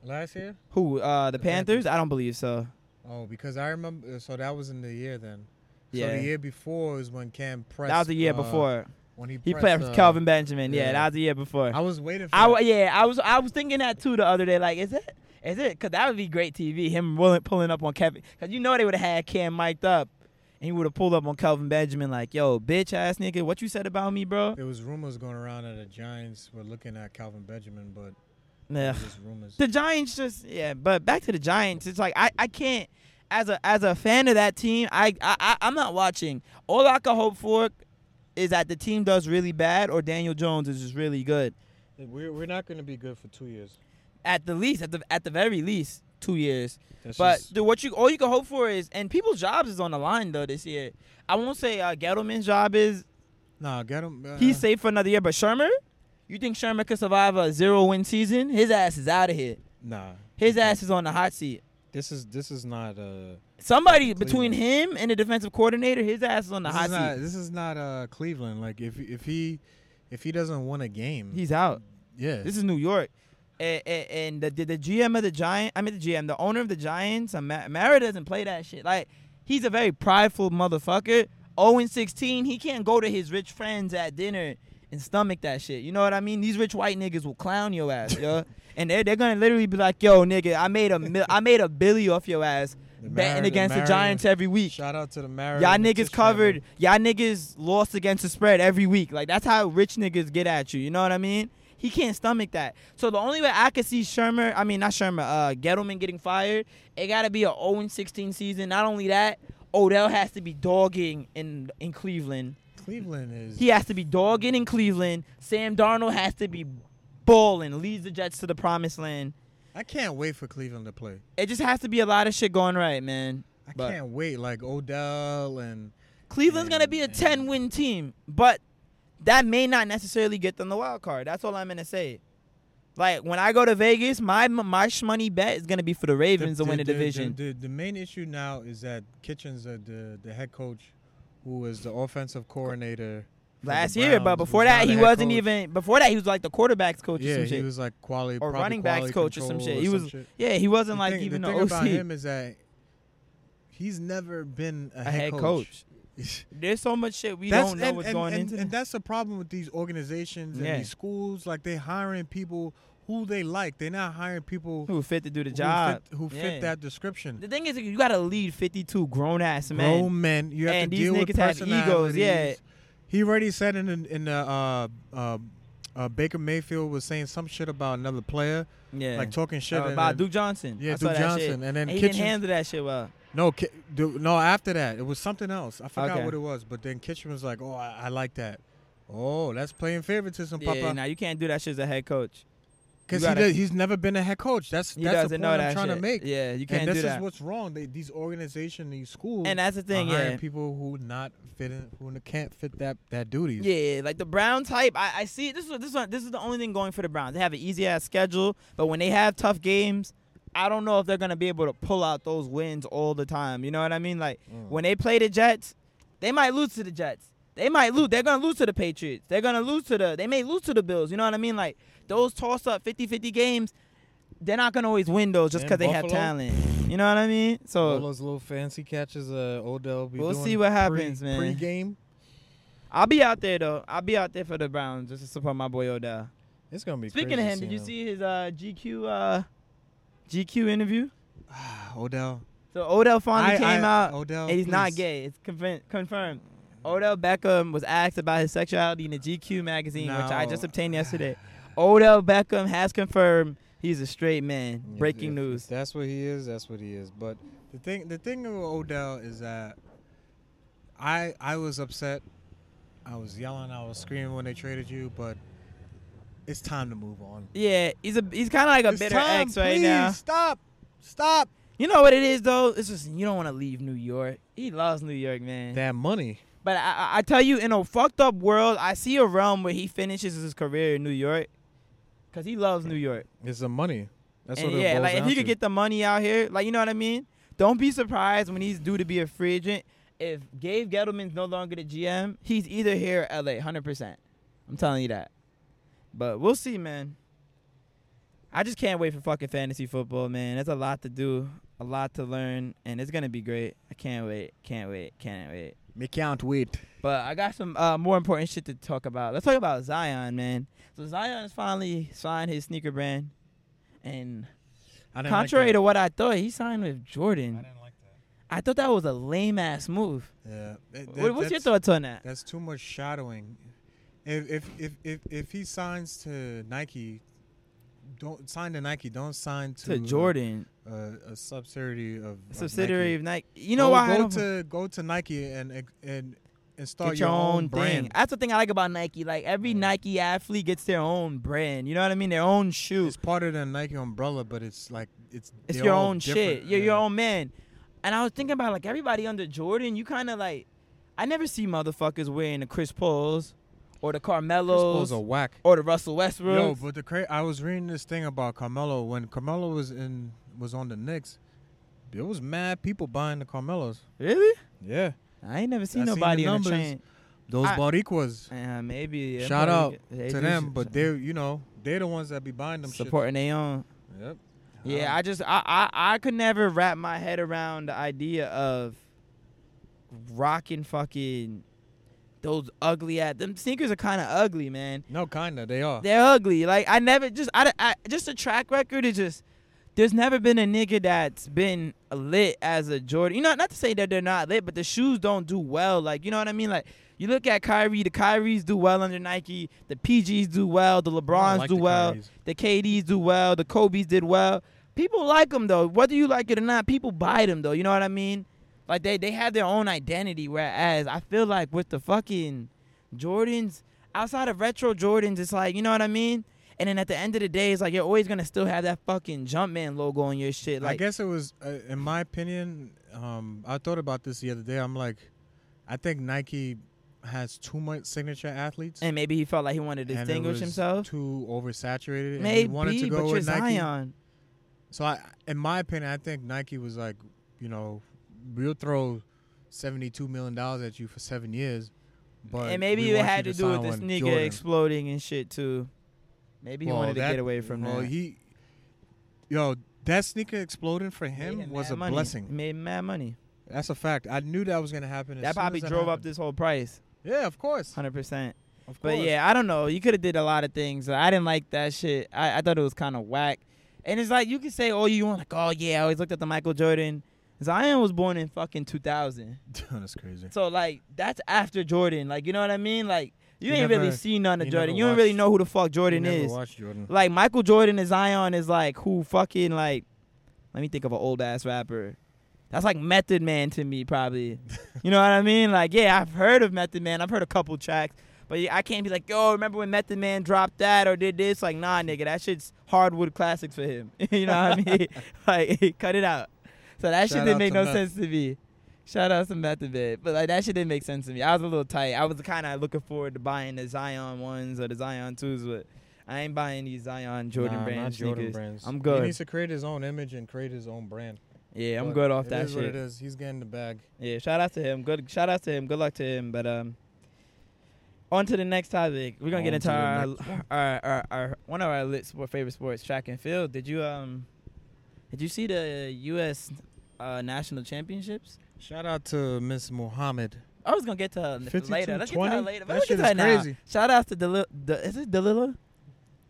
Speaker 2: last year?
Speaker 1: Who? Uh, the,
Speaker 2: The
Speaker 1: Panthers?
Speaker 2: Panthers.
Speaker 1: I don't believe so.
Speaker 2: Oh, because I remember. So that was in the year then. So
Speaker 1: Yeah.
Speaker 2: the year before is when Cam pressed.
Speaker 1: That was the year
Speaker 2: uh,
Speaker 1: before.
Speaker 2: when he
Speaker 1: He
Speaker 2: pressed,
Speaker 1: played
Speaker 2: uh,
Speaker 1: with Calvin Benjamin. Yeah,
Speaker 2: yeah.
Speaker 1: that was the year before.
Speaker 2: I was waiting for.
Speaker 1: I,
Speaker 2: that.
Speaker 1: w- yeah, I was I was thinking that too the other day. Like, is it is it? Cause that would be great TV. Him rolling, pulling up on Kevin. Cause you know they would have had Cam mic'd up, and he would have pulled up on Calvin Benjamin like, "Yo, bitch ass nigga, what you said about me, bro?"
Speaker 2: There was rumors going around that the Giants were looking at Calvin Benjamin, but
Speaker 1: Nah.
Speaker 2: it was just rumors.
Speaker 1: The Giants just yeah, but back to the Giants. It's like I, I can't as a as a fan of that team. I I I- I'm not watching. All I can hope for is that the team does really bad or Daniel Jones is just really good.
Speaker 2: We're, we're not going to be good for two years.
Speaker 1: At the least, at the at the very least, two years.
Speaker 2: That's
Speaker 1: But
Speaker 2: just-
Speaker 1: dude, what you all you can hope for is, and people's jobs is on the line though this year. I won't say uh, Gettleman's job is
Speaker 2: nah, get him. Uh,
Speaker 1: he's safe for another year, but Shermer, you think Shermer could survive a zero win season? His ass is out of here.
Speaker 2: nah.
Speaker 1: His ass is on the hot seat.
Speaker 2: This is this is not uh
Speaker 1: Somebody
Speaker 2: Cleveland.
Speaker 1: between him and the defensive coordinator, his ass is on the
Speaker 2: this
Speaker 1: hot
Speaker 2: is not
Speaker 1: seat.
Speaker 2: this is not uh Cleveland. Like if if he if he doesn't win a game,
Speaker 1: He's out.
Speaker 2: yeah.
Speaker 1: This is New York. and, and the, the the GM of the Giant, I mean the GM, the owner of the Giants, uh, Ma- Mara doesn't play that shit. Like he's a very prideful motherfucker. 0 and 16, he can't go to his rich friends at dinner and stomach that shit. You know what I mean? These rich white niggas will clown your ass, yo. And they're, they're gonna literally be like, yo, nigga, I made a mil- I made a billy off your ass
Speaker 2: The Mara-
Speaker 1: betting
Speaker 2: the
Speaker 1: against the
Speaker 2: Mara-
Speaker 1: Giants every week.
Speaker 2: Shout out to the Mara.
Speaker 1: Y'all
Speaker 2: and the
Speaker 1: niggas
Speaker 2: Tish family.
Speaker 1: covered. Y'all niggas lost against the spread every week. Like that's how rich niggas get at you. You know what I mean? He can't stomach that. So the only way I could see Shermer, I mean not Shermer, uh, Gettleman getting fired, it gotta be a 0 16 season. Not only that, Odell has to be dogging in in Cleveland.
Speaker 2: Cleveland is.
Speaker 1: He has to be dogging in Cleveland. Sam Darnold has to be balling, leads the Jets to the promised land.
Speaker 2: I can't wait for Cleveland to play.
Speaker 1: It just has to be a lot of shit going right, man.
Speaker 2: I
Speaker 1: But-
Speaker 2: can't wait. Like Odell and
Speaker 1: Cleveland's gonna be a
Speaker 2: Mm.
Speaker 1: ten win team, but that may not necessarily get them the wild card. That's all I'm gonna say. Like when I go to Vegas, my my shmoney bet is gonna be for the Ravens to win the division.
Speaker 2: The, the main issue now is that Kitchens, uh, the the head coach, who was the offensive coordinator for the
Speaker 1: Last year, but
Speaker 2: Browns,
Speaker 1: before
Speaker 2: was now
Speaker 1: that
Speaker 2: the
Speaker 1: he
Speaker 2: head
Speaker 1: wasn't
Speaker 2: coach.
Speaker 1: even. Before that he was like the quarterbacks coach or
Speaker 2: Yeah,
Speaker 1: some
Speaker 2: he
Speaker 1: shit,
Speaker 2: was like quality
Speaker 1: or
Speaker 2: probably
Speaker 1: running backs
Speaker 2: quality
Speaker 1: coach or some
Speaker 2: control
Speaker 1: shit. He was yeah, he
Speaker 2: The
Speaker 1: wasn't like
Speaker 2: thing-
Speaker 1: even
Speaker 2: the
Speaker 1: the
Speaker 2: thing about
Speaker 1: OC,
Speaker 2: him is that he's never been a,
Speaker 1: a head coach. There's so much shit we
Speaker 2: That's-
Speaker 1: don't know
Speaker 2: and,
Speaker 1: what's
Speaker 2: and-
Speaker 1: going
Speaker 2: and-
Speaker 1: into.
Speaker 2: and that's the problem with these organizations and
Speaker 1: Yeah.
Speaker 2: these schools. Like they're hiring people who they like. They're not hiring people
Speaker 1: who fit to do the
Speaker 2: who
Speaker 1: job?
Speaker 2: fit, who fit
Speaker 1: Yeah.
Speaker 2: that description.
Speaker 1: The thing is, you gotta lead 52 grown ass men.
Speaker 2: Grown men, you have
Speaker 1: And
Speaker 2: to
Speaker 1: these
Speaker 2: deal with
Speaker 1: niggas have egos, yeah.
Speaker 2: personalities. he already said in in, in the uh, uh, uh, Baker Mayfield was saying some shit about another player,
Speaker 1: yeah,
Speaker 2: like talking shit
Speaker 1: Uh,
Speaker 2: and
Speaker 1: about
Speaker 2: then-
Speaker 1: Duke Johnson.
Speaker 2: Yeah,
Speaker 1: I saw
Speaker 2: Duke
Speaker 1: that
Speaker 2: Johnson,
Speaker 1: shit.
Speaker 2: and then
Speaker 1: he
Speaker 2: Kitchens.
Speaker 1: didn't handle that shit well.
Speaker 2: No, Ki- dude, no. After that, it was something else. I forgot
Speaker 1: Okay.
Speaker 2: what it was. But then Kitchen was like, "Oh, I, I like that. Oh, that's playing favoritism,
Speaker 1: Yeah,
Speaker 2: Papa.
Speaker 1: now you can't do that shit as a head coach.
Speaker 2: Because
Speaker 1: you gotta-
Speaker 2: he does, he's never been a head coach. That's
Speaker 1: He
Speaker 2: that's the
Speaker 1: doesn't
Speaker 2: point
Speaker 1: know that
Speaker 2: I'm trying
Speaker 1: shit.
Speaker 2: to make.
Speaker 1: Yeah, you can't
Speaker 2: And this
Speaker 1: do
Speaker 2: is
Speaker 1: that.
Speaker 2: what's wrong. They, these organizations, these schools,
Speaker 1: and that's the thing,
Speaker 2: are hiring
Speaker 1: yeah.
Speaker 2: people who not fit in, who can't fit that that duties.
Speaker 1: Yeah, like the Browns hype. I, I see this is this one. This is the only thing going for the Browns. They have an easy ass schedule, but when they have tough games, I don't know if they're gonna be able to pull out those wins all the time. You know what I mean? Like
Speaker 2: Mm.
Speaker 1: when they play the Jets, they might lose to the Jets. They might lose. They're gonna lose to the Patriots. They're gonna lose to the. They may lose to the Bills. You know what I mean? Like those toss up 50-50 games, they're not gonna always win those just
Speaker 2: And
Speaker 1: because they have
Speaker 2: Buffalo?
Speaker 1: talent. You know what I mean?
Speaker 2: All
Speaker 1: So
Speaker 2: those little fancy catches, uh, Odell. Be
Speaker 1: We'll
Speaker 2: doing
Speaker 1: see what
Speaker 2: pre-
Speaker 1: happens, man.
Speaker 2: Pre-game,
Speaker 1: I'll be out there though. I'll be out there for the Browns just to support my boy Odell.
Speaker 2: it's gonna be.
Speaker 1: Speaking of
Speaker 2: crazy
Speaker 1: him, did you
Speaker 2: seeing
Speaker 1: see his uh, GQ uh, GQ interview?
Speaker 2: him. Odell?
Speaker 1: So Odell finally
Speaker 2: I-
Speaker 1: came
Speaker 2: I-
Speaker 1: out,
Speaker 2: Odell,
Speaker 1: and he's not
Speaker 2: please.
Speaker 1: gay. It's confirm- confirmed. Odell Beckham was asked about his sexuality in the GQ magazine, which I
Speaker 2: No.
Speaker 1: just obtained yesterday. Odell Beckham has confirmed he's a straight man.
Speaker 3: If-
Speaker 1: Breaking
Speaker 3: if
Speaker 1: news.
Speaker 3: That's what he is. That's what he is. But
Speaker 2: The thing, the thing with Odell is that I I was upset, I was yelling, I was screaming when they traded you, but it's time to move on.
Speaker 1: Yeah, he's a he's kind of like a
Speaker 2: it's
Speaker 1: bitter
Speaker 2: time,
Speaker 1: ex right
Speaker 2: please,
Speaker 1: now.
Speaker 2: Stop, stop.
Speaker 1: You know what it is though? It's just you don't want to leave New York. He loves New York, man.
Speaker 2: That money.
Speaker 1: But I- I, I tell you, in a fucked up world, I see a realm where he finishes his career in New York, cause he loves New York.
Speaker 2: It's the money. That's
Speaker 1: and
Speaker 2: what it
Speaker 1: yeah,
Speaker 2: boils
Speaker 1: like if
Speaker 2: down
Speaker 1: he could
Speaker 2: to.
Speaker 1: get the money out here, like you know what I mean. Don't be surprised when he's due to be a free agent. If Gabe Gettleman's no longer the GM, he's either here or LA, hundred percent. I'm telling you that. But we'll see, man. I just can't wait for fucking fantasy football, man. There's a lot to do, a lot to learn, and it's gonna be great. I can't wait, can't wait, can't wait.
Speaker 2: me can't wait.
Speaker 1: But I got some uh, more important shit to talk about. Let's talk about Zion, man. So Zion has finally signed his sneaker brand, and
Speaker 2: I didn't
Speaker 1: contrary
Speaker 2: like
Speaker 1: to what I thought, he signed with
Speaker 3: I
Speaker 1: Jordan.
Speaker 3: didn't like that.
Speaker 1: I thought that was a lame ass move.
Speaker 2: to, yeah, that-
Speaker 1: What-
Speaker 2: that-
Speaker 1: What's your
Speaker 2: that's-
Speaker 1: thoughts on that?
Speaker 2: That's too much shadowing. If if if if, if he signs to Nike, don't sign to Nike. Don't sign to,
Speaker 1: To Jordan,
Speaker 2: uh, a subsidiary of of
Speaker 1: subsidiary
Speaker 2: Nike.
Speaker 1: of Nike. You know
Speaker 2: go,
Speaker 1: why? I
Speaker 2: Go
Speaker 1: don't-
Speaker 2: to go to Nike and and and start
Speaker 1: Get
Speaker 2: your, own, brand. Mm.
Speaker 1: thing. That's the thing I like about Nike. Like every Nike athlete gets their own brand. You know what I mean? Their own shoe.
Speaker 2: It's part of the Nike umbrella, but it's like it's
Speaker 1: It's
Speaker 2: they're
Speaker 1: your
Speaker 2: all
Speaker 1: own shit.
Speaker 2: different.
Speaker 1: You're your
Speaker 2: Yeah.
Speaker 1: own man. And I was thinking about like everybody under Jordan, you kind of like, I never see motherfuckers wearing the Chris Pauls or the
Speaker 3: Chris
Speaker 1: Carmelos
Speaker 3: Paul's a whack.
Speaker 1: or the Russell
Speaker 2: Yo,
Speaker 1: Westbrook.
Speaker 2: but the cra- I was reading this thing about Carmelo when Carmelo was in was on the Knicks. There was mad people buying the Carmelos.
Speaker 1: really?
Speaker 2: Yeah,
Speaker 1: I ain't never seen
Speaker 2: I seen the
Speaker 1: nobody on the
Speaker 2: numbers.
Speaker 1: train.
Speaker 2: those
Speaker 1: I-
Speaker 2: Boricuas.
Speaker 1: Uh, maybe. yeah,
Speaker 2: Shout
Speaker 1: probably
Speaker 2: out
Speaker 1: get- they
Speaker 2: to
Speaker 1: do
Speaker 2: them,
Speaker 1: sh-
Speaker 2: but they you know They're the ones that be buying them. shits.
Speaker 1: supporting their own.
Speaker 2: Yep. Uh,
Speaker 1: Yeah, I just I, I I could never wrap my head around the idea of rocking fucking those ugly ass. Them sneakers are kind of ugly, man.
Speaker 2: No, kinda. They are.
Speaker 1: They're ugly. Like I never just I, I just a track record is just there's never been a nigga that's been lit as a Jordan. You know, not to say that they're not lit, but the shoes don't do well. Like you know what I mean? Like you look at Kyrie, the Kyries do well under Nike, the PGs do well, the
Speaker 2: I
Speaker 1: LeBrons
Speaker 2: like
Speaker 1: do
Speaker 2: the
Speaker 1: well,
Speaker 2: Kyries.
Speaker 1: the KDs do well, the Kobe's did well. People like them though, whether you like it or not. People buy them though. You know what I mean? Like they they have their own identity. Whereas I feel like with the fucking Jordans, outside of retro Jordans, it's like you know what I mean. And then at the end of the day, it's like you're always gonna still have that fucking Jumpman logo on your shit. Like
Speaker 2: I guess it was, uh, in my opinion, um, I thought about this the other day. I'm like, I think Nike has too much signature athletes.
Speaker 1: and maybe he felt like he wanted to
Speaker 2: and it
Speaker 1: distinguish
Speaker 2: was
Speaker 1: himself.
Speaker 2: Too oversaturated. and he
Speaker 1: Maybe,
Speaker 2: wanted to go
Speaker 1: but you're
Speaker 2: with Nike.
Speaker 1: Zion.
Speaker 2: So, I, in my opinion, I think Nike was like, you know, we'll throw seventy-two million dollars at you for seven years, but
Speaker 1: and maybe
Speaker 2: we
Speaker 1: it
Speaker 2: want
Speaker 1: had
Speaker 2: you
Speaker 1: to do with
Speaker 2: sign
Speaker 1: this
Speaker 2: one
Speaker 1: nigga
Speaker 2: Jordan.
Speaker 1: exploding and shit too. Maybe he
Speaker 2: Well,
Speaker 1: wanted
Speaker 2: that-
Speaker 1: to get away from
Speaker 2: well,
Speaker 1: that.
Speaker 2: He, yo, that sneaker exploding for
Speaker 1: Made
Speaker 2: him
Speaker 1: him
Speaker 2: was
Speaker 1: mad
Speaker 2: a
Speaker 1: money.
Speaker 2: blessing.
Speaker 1: Made him mad money.
Speaker 2: That's a fact. I knew that was gonna happen. as
Speaker 1: That
Speaker 2: soon
Speaker 1: probably
Speaker 2: as
Speaker 1: drove up
Speaker 2: happened.
Speaker 1: this whole price,
Speaker 2: Yeah, of course,
Speaker 1: hundred percent.
Speaker 2: of
Speaker 1: But
Speaker 2: course.
Speaker 1: yeah, I don't know. You could have did a lot of things. I didn't like that shit. I, I thought it was kind of whack. And it's like you can say all you want, like, oh yeah, I always looked at the Michael Jordan. Zion was born in fucking 2000,
Speaker 2: that's crazy.
Speaker 1: so like that's after Jordan. Like you know what I mean? Like you,
Speaker 2: You
Speaker 1: ain't really
Speaker 2: never-
Speaker 1: seen none of
Speaker 2: you
Speaker 1: Jordan.
Speaker 2: never
Speaker 1: You don't really
Speaker 2: watched-
Speaker 1: know who the fuck Jordan
Speaker 2: You never
Speaker 1: is.
Speaker 2: watched Jordan.
Speaker 1: Like Michael Jordan and Zion is like who fucking like. Let me think of an old ass rapper. That's like Method Man to me, probably. You know what I mean? Like, yeah, I've heard of Method Man. I've heard a couple tracks, but yeah, I can't be like, yo, remember when Method Man dropped that or did this? Like, nah, nigga, that shit's hardwood classics for him. you know what I mean? like, cut it out. So that shit
Speaker 2: Shout
Speaker 1: didn't
Speaker 2: out
Speaker 1: make
Speaker 2: to
Speaker 1: no
Speaker 2: Meth.
Speaker 1: sense to me. Shout out to Method Man, but like that shit didn't make sense to me. I was a little tight. I was kind of looking forward to buying the Zion ones or the Zion twos, but I ain't buying these Zion Jordan
Speaker 2: Nah,
Speaker 1: brand
Speaker 2: not Jordan
Speaker 1: sneakers.
Speaker 2: brands.
Speaker 1: I'm
Speaker 2: He
Speaker 1: good.
Speaker 2: needs to create his own image and create his own brand.
Speaker 1: Yeah, I'm
Speaker 2: But
Speaker 1: good off
Speaker 2: it
Speaker 1: that
Speaker 2: is
Speaker 1: shit.
Speaker 2: what it is. He's getting the bag.
Speaker 1: Yeah, shout out to him. Good shout out to him. Good luck to him. But um on to the next topic. We're gonna get
Speaker 2: On
Speaker 1: into
Speaker 2: to the
Speaker 1: our,
Speaker 2: next one.
Speaker 1: our, our our one of our lit sport favorite sports, track and field. Did you um did you see the US uh, national championships?
Speaker 2: Shout out to Miss Muhammad.
Speaker 1: I was gonna get to her n- later. Let's get to her
Speaker 2: 52-20?
Speaker 1: later.
Speaker 2: That
Speaker 1: Let's get
Speaker 2: shit
Speaker 1: to
Speaker 2: is
Speaker 1: her now.
Speaker 2: crazy.
Speaker 1: Shout out to Delil the is it Delilah?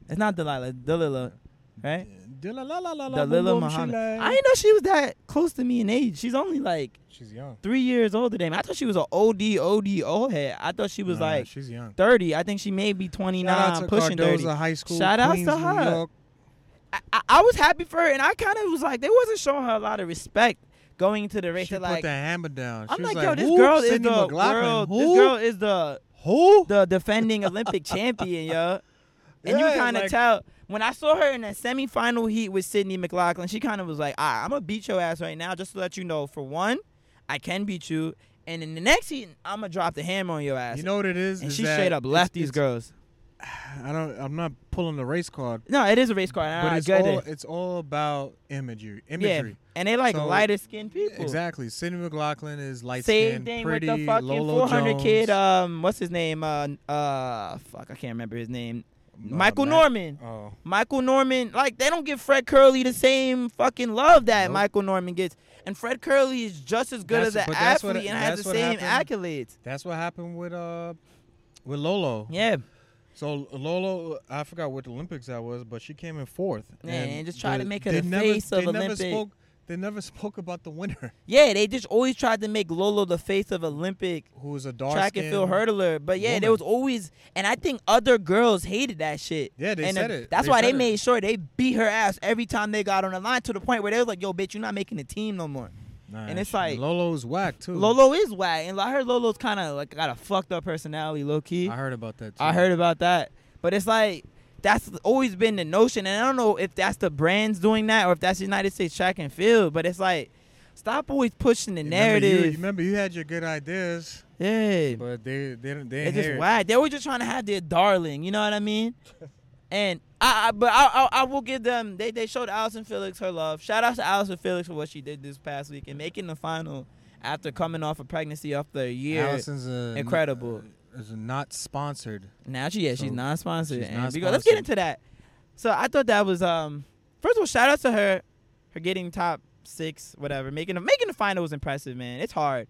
Speaker 1: It's not Delilah, it's Delilah. Right? Delilah
Speaker 2: Dalila
Speaker 1: Muhammad. I didn't know she was that close to me in age. She's only like
Speaker 2: She's young.
Speaker 1: three years older than me. I thought she was an OD, OD, old head. I thought she was
Speaker 2: Nah,
Speaker 1: like
Speaker 2: she's young.
Speaker 1: 30. I think she may be 29,
Speaker 2: Shout out to
Speaker 1: pushing
Speaker 2: Cardoza
Speaker 1: 30.
Speaker 2: High School.
Speaker 1: Shout outs to
Speaker 2: Queens, New
Speaker 1: her.
Speaker 2: York.
Speaker 1: I, I, I was happy for her, and I kind of was like, they wasn't showing her a lot of respect going into the race.
Speaker 2: She
Speaker 1: They're
Speaker 2: put
Speaker 1: like,
Speaker 2: the hammer down.
Speaker 1: I'm
Speaker 2: She
Speaker 1: like,
Speaker 2: was
Speaker 1: yo, this
Speaker 2: who?
Speaker 1: girl is
Speaker 2: Sydney
Speaker 1: the
Speaker 2: McLaughlin.
Speaker 1: world,
Speaker 2: Who?
Speaker 1: this girl is the
Speaker 2: Who?
Speaker 1: the defending Olympic champion, yo. And
Speaker 2: Yeah,
Speaker 1: you kind of
Speaker 2: like-
Speaker 1: tell when I saw her in that semifinal heat with Sydney McLaughlin, she kind of was like, "Ah, I'm gonna beat your ass right now, just to let you know. For one, I can beat you, and in the next heat, I'm gonna drop the hammer on your ass."
Speaker 2: You know what it is?
Speaker 1: and
Speaker 2: Is
Speaker 1: she
Speaker 2: that
Speaker 1: straight up left
Speaker 2: it's-
Speaker 1: these girls.
Speaker 2: it's- I don't. I'm not pulling the race card,
Speaker 1: No, it is a race car. and
Speaker 2: but
Speaker 1: I
Speaker 2: it's
Speaker 1: get
Speaker 2: all.
Speaker 1: it.
Speaker 2: It's all about imagery.
Speaker 1: Yeah,
Speaker 2: Imagery.
Speaker 1: and they like
Speaker 2: So-
Speaker 1: lighter skinned people.
Speaker 2: Exactly. Sydney McLaughlin is light
Speaker 1: Same
Speaker 2: skinned,
Speaker 1: thing
Speaker 2: pretty,
Speaker 1: with the fucking
Speaker 2: Lolo
Speaker 1: 400
Speaker 2: Jones,
Speaker 1: kid. Um, what's his name? Uh, uh, fuck, I can't remember his name.
Speaker 2: uh,
Speaker 1: Michael
Speaker 2: Matt-
Speaker 1: Norman.
Speaker 2: Oh,
Speaker 1: Michael Norman, like they don't give Fred Curley the same fucking love that
Speaker 2: Nope.
Speaker 1: Michael Norman gets, and Fred Curley is just as good as
Speaker 2: That's-
Speaker 1: an
Speaker 2: but that's what-
Speaker 1: athlete and has
Speaker 2: that's
Speaker 1: the
Speaker 2: what
Speaker 1: same
Speaker 2: happened.
Speaker 1: accolades.
Speaker 2: that's what happened with uh, with Lolo.
Speaker 1: Yeah,
Speaker 2: So Lolo, I forgot what Olympics that was, but she came in fourth.
Speaker 1: Yeah, and just tried to make her
Speaker 2: they
Speaker 1: the
Speaker 2: never,
Speaker 1: face of
Speaker 2: they never
Speaker 1: Olympic.
Speaker 2: spoke. They never spoke about the winner,
Speaker 1: yeah, they just always tried to make Lolo the face of Olympic
Speaker 2: who was a dark
Speaker 1: track and field hurdler. But yeah, there
Speaker 2: woman.
Speaker 1: was always, and I think other girls hated that shit.
Speaker 2: Yeah, they
Speaker 1: and
Speaker 2: said
Speaker 1: uh,
Speaker 2: it.
Speaker 1: That's
Speaker 2: They
Speaker 1: why
Speaker 2: said
Speaker 1: they
Speaker 2: it.
Speaker 1: made sure they beat her ass every time they got on the line to the point where they was like, "Yo, bitch, you're not making the team no more."
Speaker 2: Nah,
Speaker 1: and it's
Speaker 2: she-
Speaker 1: like-
Speaker 2: Lolo's whack too.
Speaker 1: Lolo is whack, and I heard Lolo's kind of like got a fucked up personality, low key.
Speaker 2: I heard about that. Too.
Speaker 1: I heard about that. But it's like that's always been the notion, and I don't know if that's the brands doing that or if that's United States Track and Field. But it's like stop always pushing the
Speaker 2: Remember you- You,
Speaker 1: narrative.
Speaker 2: remember you had your good ideas,
Speaker 1: yeah,
Speaker 2: but they they didn't.
Speaker 1: it's
Speaker 2: They didn't
Speaker 1: just
Speaker 2: hear it.
Speaker 1: whack. They were just trying to have their darling. You know what I mean? and I, I but I, I I will give them. They they showed Allison Felix her love. Shout out to Allison Felix for what she did this past week and making the final after coming off a pregnancy after a year.
Speaker 2: Allison's a, uh,
Speaker 1: Incredible.
Speaker 2: Is not sponsored.
Speaker 1: Now she yeah, she's
Speaker 2: So,
Speaker 1: non-sponsored.
Speaker 2: she's
Speaker 1: and we go, let's get
Speaker 2: non-sponsored.
Speaker 1: into that. So I thought that was um first of all, shout out to her, her getting top six, whatever, making the making the final was impressive, man. It's hard.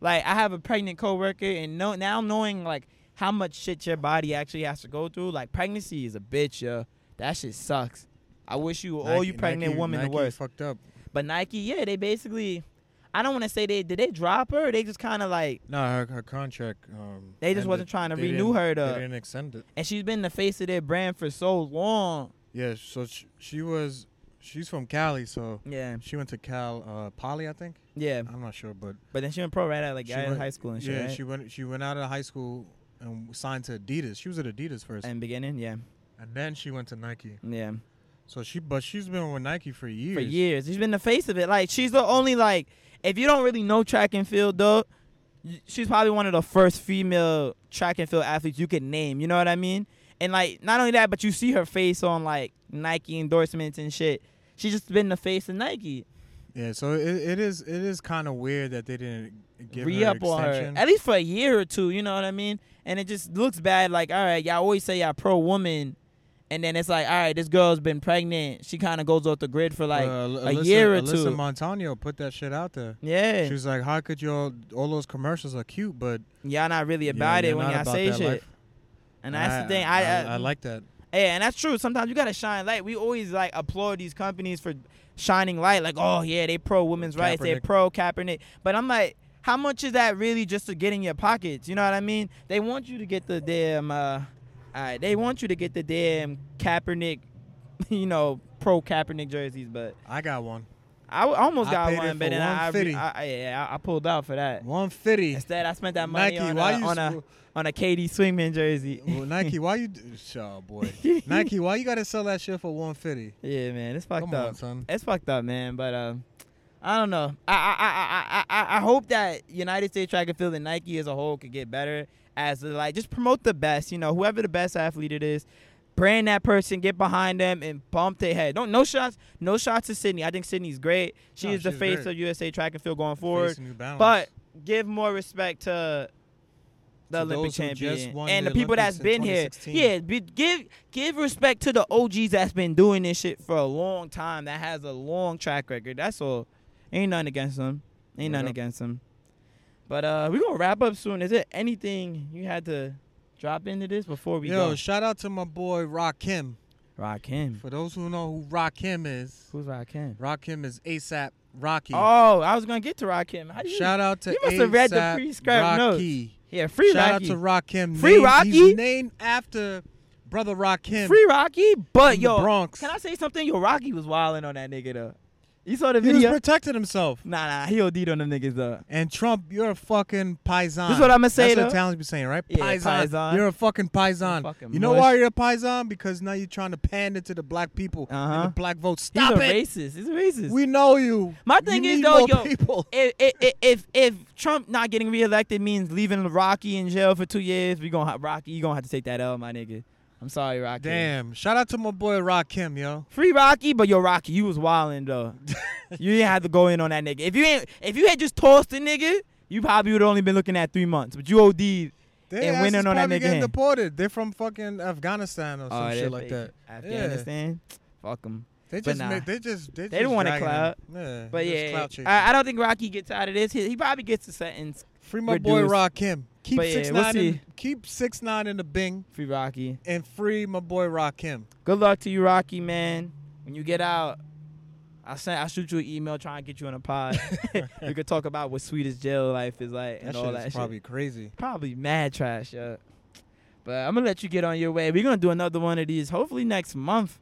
Speaker 1: Like I have a pregnant coworker, and no, now knowing like how much shit your body actually has to go through, like pregnancy is a bitch, yo. That shit sucks. I wish you all you pregnant women the worst.
Speaker 2: Fucked up.
Speaker 1: But Nike, yeah, they basically, I don't want to say they did they drop her. They just kind of like,
Speaker 2: No, her, her contract. Um,
Speaker 1: They just wasn't trying to renew
Speaker 2: didn't-
Speaker 1: her to-
Speaker 2: They didn't extend it.
Speaker 1: and she's been the face of their brand for so long.
Speaker 2: Yeah, so she, she was. She's from Cali, so
Speaker 1: Yeah,
Speaker 2: she went to Cal uh, Poly, I think.
Speaker 1: yeah.
Speaker 2: I'm not sure, but
Speaker 1: But then she went pro right out like
Speaker 2: She
Speaker 1: out of
Speaker 2: went-
Speaker 1: high school and shit.
Speaker 2: yeah,
Speaker 1: right?
Speaker 2: she went. She went out of high school and signed to Adidas. She was at Adidas first, and,
Speaker 1: and beginning, yeah,
Speaker 2: then she went to Nike.
Speaker 1: yeah.
Speaker 2: So she, but she's been with Nike for years.
Speaker 1: for years. She's been the face of it. Like she's the only like if you don't really know track and field though, y- she's probably one of the first female track and field athletes you can name. You know what I mean? And like not only that, but you see her face on like Nike endorsements and shit. She's just been the face of Nike.
Speaker 2: Yeah, so it, it is. It is kind of weird that they didn't give
Speaker 1: Re
Speaker 2: her
Speaker 1: up on her
Speaker 2: extension.
Speaker 1: at least for a year or two. You know what I mean? And it just looks bad. Like all right, y'all always say y'all pro woman. And then it's like, all right, this girl's been pregnant. She kind of goes off the grid for like a year or two.
Speaker 2: Alyssa Montano put that shit out there.
Speaker 1: yeah.
Speaker 2: She was like, "How could y'all? All those commercials are cute, but
Speaker 1: y'all not really
Speaker 2: yeah,
Speaker 1: about it
Speaker 2: you're
Speaker 1: when
Speaker 2: not
Speaker 1: y'all
Speaker 2: about
Speaker 1: say
Speaker 2: that
Speaker 1: shit.
Speaker 2: life."
Speaker 1: And that's the thing. I, uh,
Speaker 2: I, like that.
Speaker 1: Yeah, and that's true. Sometimes you gotta shine light. We always like applaud these companies for shining light. Like, oh yeah, they pro women's rights. They
Speaker 2: Kaepernick.
Speaker 1: pro Kaepernick. But I'm like, how much is that really just to get in your pockets? You know what I mean? They want you to get the damn. Uh, all right, they want you to get the damn Kaepernick. You know, pro Kaepernick jerseys, but
Speaker 2: I got one.
Speaker 1: I w- almost
Speaker 2: I
Speaker 1: got
Speaker 2: paid it
Speaker 1: one,
Speaker 2: for
Speaker 1: but then I, I, re-
Speaker 2: 150.
Speaker 1: I, I, yeah, I I pulled out for that.
Speaker 2: One fifty.
Speaker 1: Instead, I spent that money
Speaker 2: Nike,
Speaker 1: on,
Speaker 2: why
Speaker 1: a,
Speaker 2: you
Speaker 1: on a
Speaker 2: s-
Speaker 1: on a KD Swingman jersey.
Speaker 2: Well, Nike, why you? d- Oh boy, Nike, why you gotta sell that shit for one fifty?
Speaker 1: yeah, man, it's fucked
Speaker 2: Come
Speaker 1: up.
Speaker 2: on, son.
Speaker 1: It's fucked up, man. But um, I don't know. I I, I I I I hope that United States Track and Field and Nike as a whole could get better as to, like just promote the best. You know, whoever the best athlete it is, brand that person, get behind them, and bump their head. Don't no shots, no shots to Sydney. I think Sydney's great. She
Speaker 2: No,
Speaker 1: is the
Speaker 2: she's
Speaker 1: face
Speaker 2: great.
Speaker 1: of USA Track and Field going
Speaker 2: Face
Speaker 1: forward.
Speaker 2: New Balance.
Speaker 1: But give more respect to the
Speaker 2: To
Speaker 1: Olympic
Speaker 2: those who just
Speaker 1: champion
Speaker 2: won
Speaker 1: and the,
Speaker 2: the
Speaker 1: people
Speaker 2: Olympics
Speaker 1: that's
Speaker 2: in
Speaker 1: been here.
Speaker 2: 2016.
Speaker 1: Yeah, be, give give respect to the OGs that's been doing this shit for a long time. That has a long track record. That's all. Ain't nothing against them. Ain't
Speaker 2: Word
Speaker 1: nothing
Speaker 2: up.
Speaker 1: against them. But uh, we gonna wrap up soon. Is there anything you had to drop into this before we
Speaker 2: yo,
Speaker 1: go?
Speaker 2: shout out to my boy Rakim.
Speaker 1: Rakim.
Speaker 2: For those who know who Rakim is,
Speaker 1: Who's Rakim?
Speaker 2: Rakim is ASAP Rocky.
Speaker 1: Oh, I was gonna get to Rakim. How do you?
Speaker 2: shout out to
Speaker 1: you must have read the
Speaker 2: A$AP
Speaker 1: prescribed notes.
Speaker 2: Rocky.
Speaker 1: yeah, free
Speaker 2: shout
Speaker 1: Rocky.
Speaker 2: out to Rakim.
Speaker 1: Free
Speaker 2: named,
Speaker 1: Rocky?
Speaker 2: He's named after brother Rakim.
Speaker 1: Free Rocky, but
Speaker 2: from the
Speaker 1: yo,
Speaker 2: Bronx.
Speaker 1: can I say something? Yo, Rocky was wilding on that nigga though. You saw the
Speaker 2: He was
Speaker 1: video?
Speaker 2: protecting himself.
Speaker 1: nah, nah, he OD'd on them niggas though.
Speaker 2: And Trump, you're a fucking paisan.
Speaker 1: This is what I'ma say,
Speaker 2: That's what
Speaker 1: though.
Speaker 2: Italians be saying, right?
Speaker 1: Yeah, paisan.
Speaker 2: You're a fucking paisan.
Speaker 1: Fucking
Speaker 2: you know
Speaker 1: mush.
Speaker 2: why you're a paisan? Because now you're trying to pander to the black people
Speaker 1: Uh-huh.
Speaker 2: and the black vote.
Speaker 1: He's
Speaker 2: Stop
Speaker 1: a
Speaker 2: it.
Speaker 1: racist. He's a racist.
Speaker 2: We know you.
Speaker 1: My
Speaker 2: You
Speaker 1: thing is
Speaker 2: need
Speaker 1: though,
Speaker 2: more
Speaker 1: yo,
Speaker 2: people.
Speaker 1: if, if if if Trump not getting reelected means leaving Rocky in jail for two years, we gonna have Rocky. You gonna have to take that L, my nigga. I'm sorry, Rocky.
Speaker 2: Damn. Shout out to my boy Rakim, yo.
Speaker 1: Free Rocky, but yo, Rocky, you was wildin' though. you didn't have to go in on that nigga. If you ain't, if you had just tossed the nigga, you probably would only been looking at three months. But you OD'd
Speaker 2: They
Speaker 1: And
Speaker 2: ass
Speaker 1: winning
Speaker 2: is
Speaker 1: on that
Speaker 2: probably
Speaker 1: nigga
Speaker 2: getting
Speaker 1: hand.
Speaker 2: deported. They're from fucking Afghanistan or some
Speaker 1: Oh, they
Speaker 2: shit like
Speaker 1: fake.
Speaker 2: that.
Speaker 1: Afghanistan. Fuck them.
Speaker 2: They
Speaker 1: But
Speaker 2: just,
Speaker 1: nah.
Speaker 2: make, they just, they,
Speaker 1: They don't wanna clout.
Speaker 2: cloud. Yeah,
Speaker 1: But
Speaker 2: just
Speaker 1: yeah,
Speaker 2: clout chasing.
Speaker 1: I, I don't think Rocky gets out of this. He, he probably gets a sentence.
Speaker 2: free my boy
Speaker 1: reduce.
Speaker 2: Rakim. Keep
Speaker 1: But yeah,
Speaker 2: six
Speaker 1: we'll
Speaker 2: nine.
Speaker 1: see.
Speaker 2: in, keep six nine in the Bing
Speaker 1: Free Rocky.
Speaker 2: and free my boy Rakim.
Speaker 1: Good luck to you, Rocky man. When you get out, I send I shoot you an email trying to get you on a pod. we could talk about what Swedish jail life is like and
Speaker 2: That
Speaker 1: all
Speaker 2: shit
Speaker 1: that
Speaker 2: is
Speaker 1: shit.
Speaker 2: probably crazy.
Speaker 1: probably mad trash, yeah. But I'm gonna let you get on your way. We're gonna do another one of these. Hopefully next month.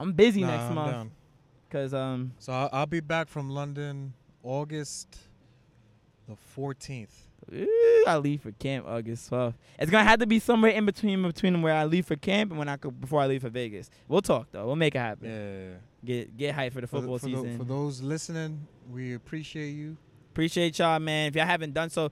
Speaker 1: I'm busy
Speaker 2: Nah,
Speaker 1: next
Speaker 2: I'm
Speaker 1: month
Speaker 2: down.
Speaker 1: because um
Speaker 2: So I'll, I'll be back from London August the 14th.
Speaker 1: ooh, I leave for camp August 12th. It's gonna have to be somewhere in between between where I leave for camp and when I could, before I leave for Vegas. We'll talk though. We'll make it happen.
Speaker 2: Yeah.
Speaker 1: Get get hyped for the
Speaker 2: For, the-
Speaker 1: football
Speaker 2: for,
Speaker 1: season.
Speaker 2: the, for those listening, we appreciate you.
Speaker 1: Appreciate y'all, man. If y'all haven't done so,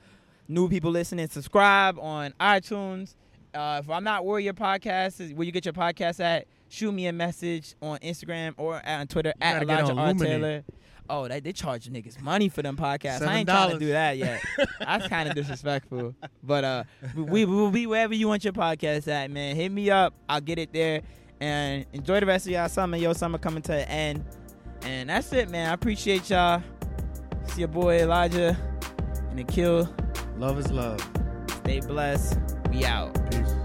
Speaker 1: new people listening, subscribe on iTunes. Uh, if I'm not where your podcast is, where you get your podcast at, shoot me a message on Instagram or on Twitter at
Speaker 2: gotta get
Speaker 1: Elijah
Speaker 2: on
Speaker 1: R.
Speaker 2: Lumini.
Speaker 1: Taylor. Oh, they, they charge niggas money for them podcasts. I ain't trying to
Speaker 2: $7.
Speaker 1: do that yet. That's kind of disrespectful. But uh, we we will be wherever you want your podcast at, man. Hit me up. I'll get it there. And enjoy the rest of y'all summer. Yo, summer coming to an end. And that's it, man. I appreciate y'all. It's your boy Elijah and the kill.
Speaker 2: Love is love.
Speaker 1: Stay blessed. We out.
Speaker 2: Peace.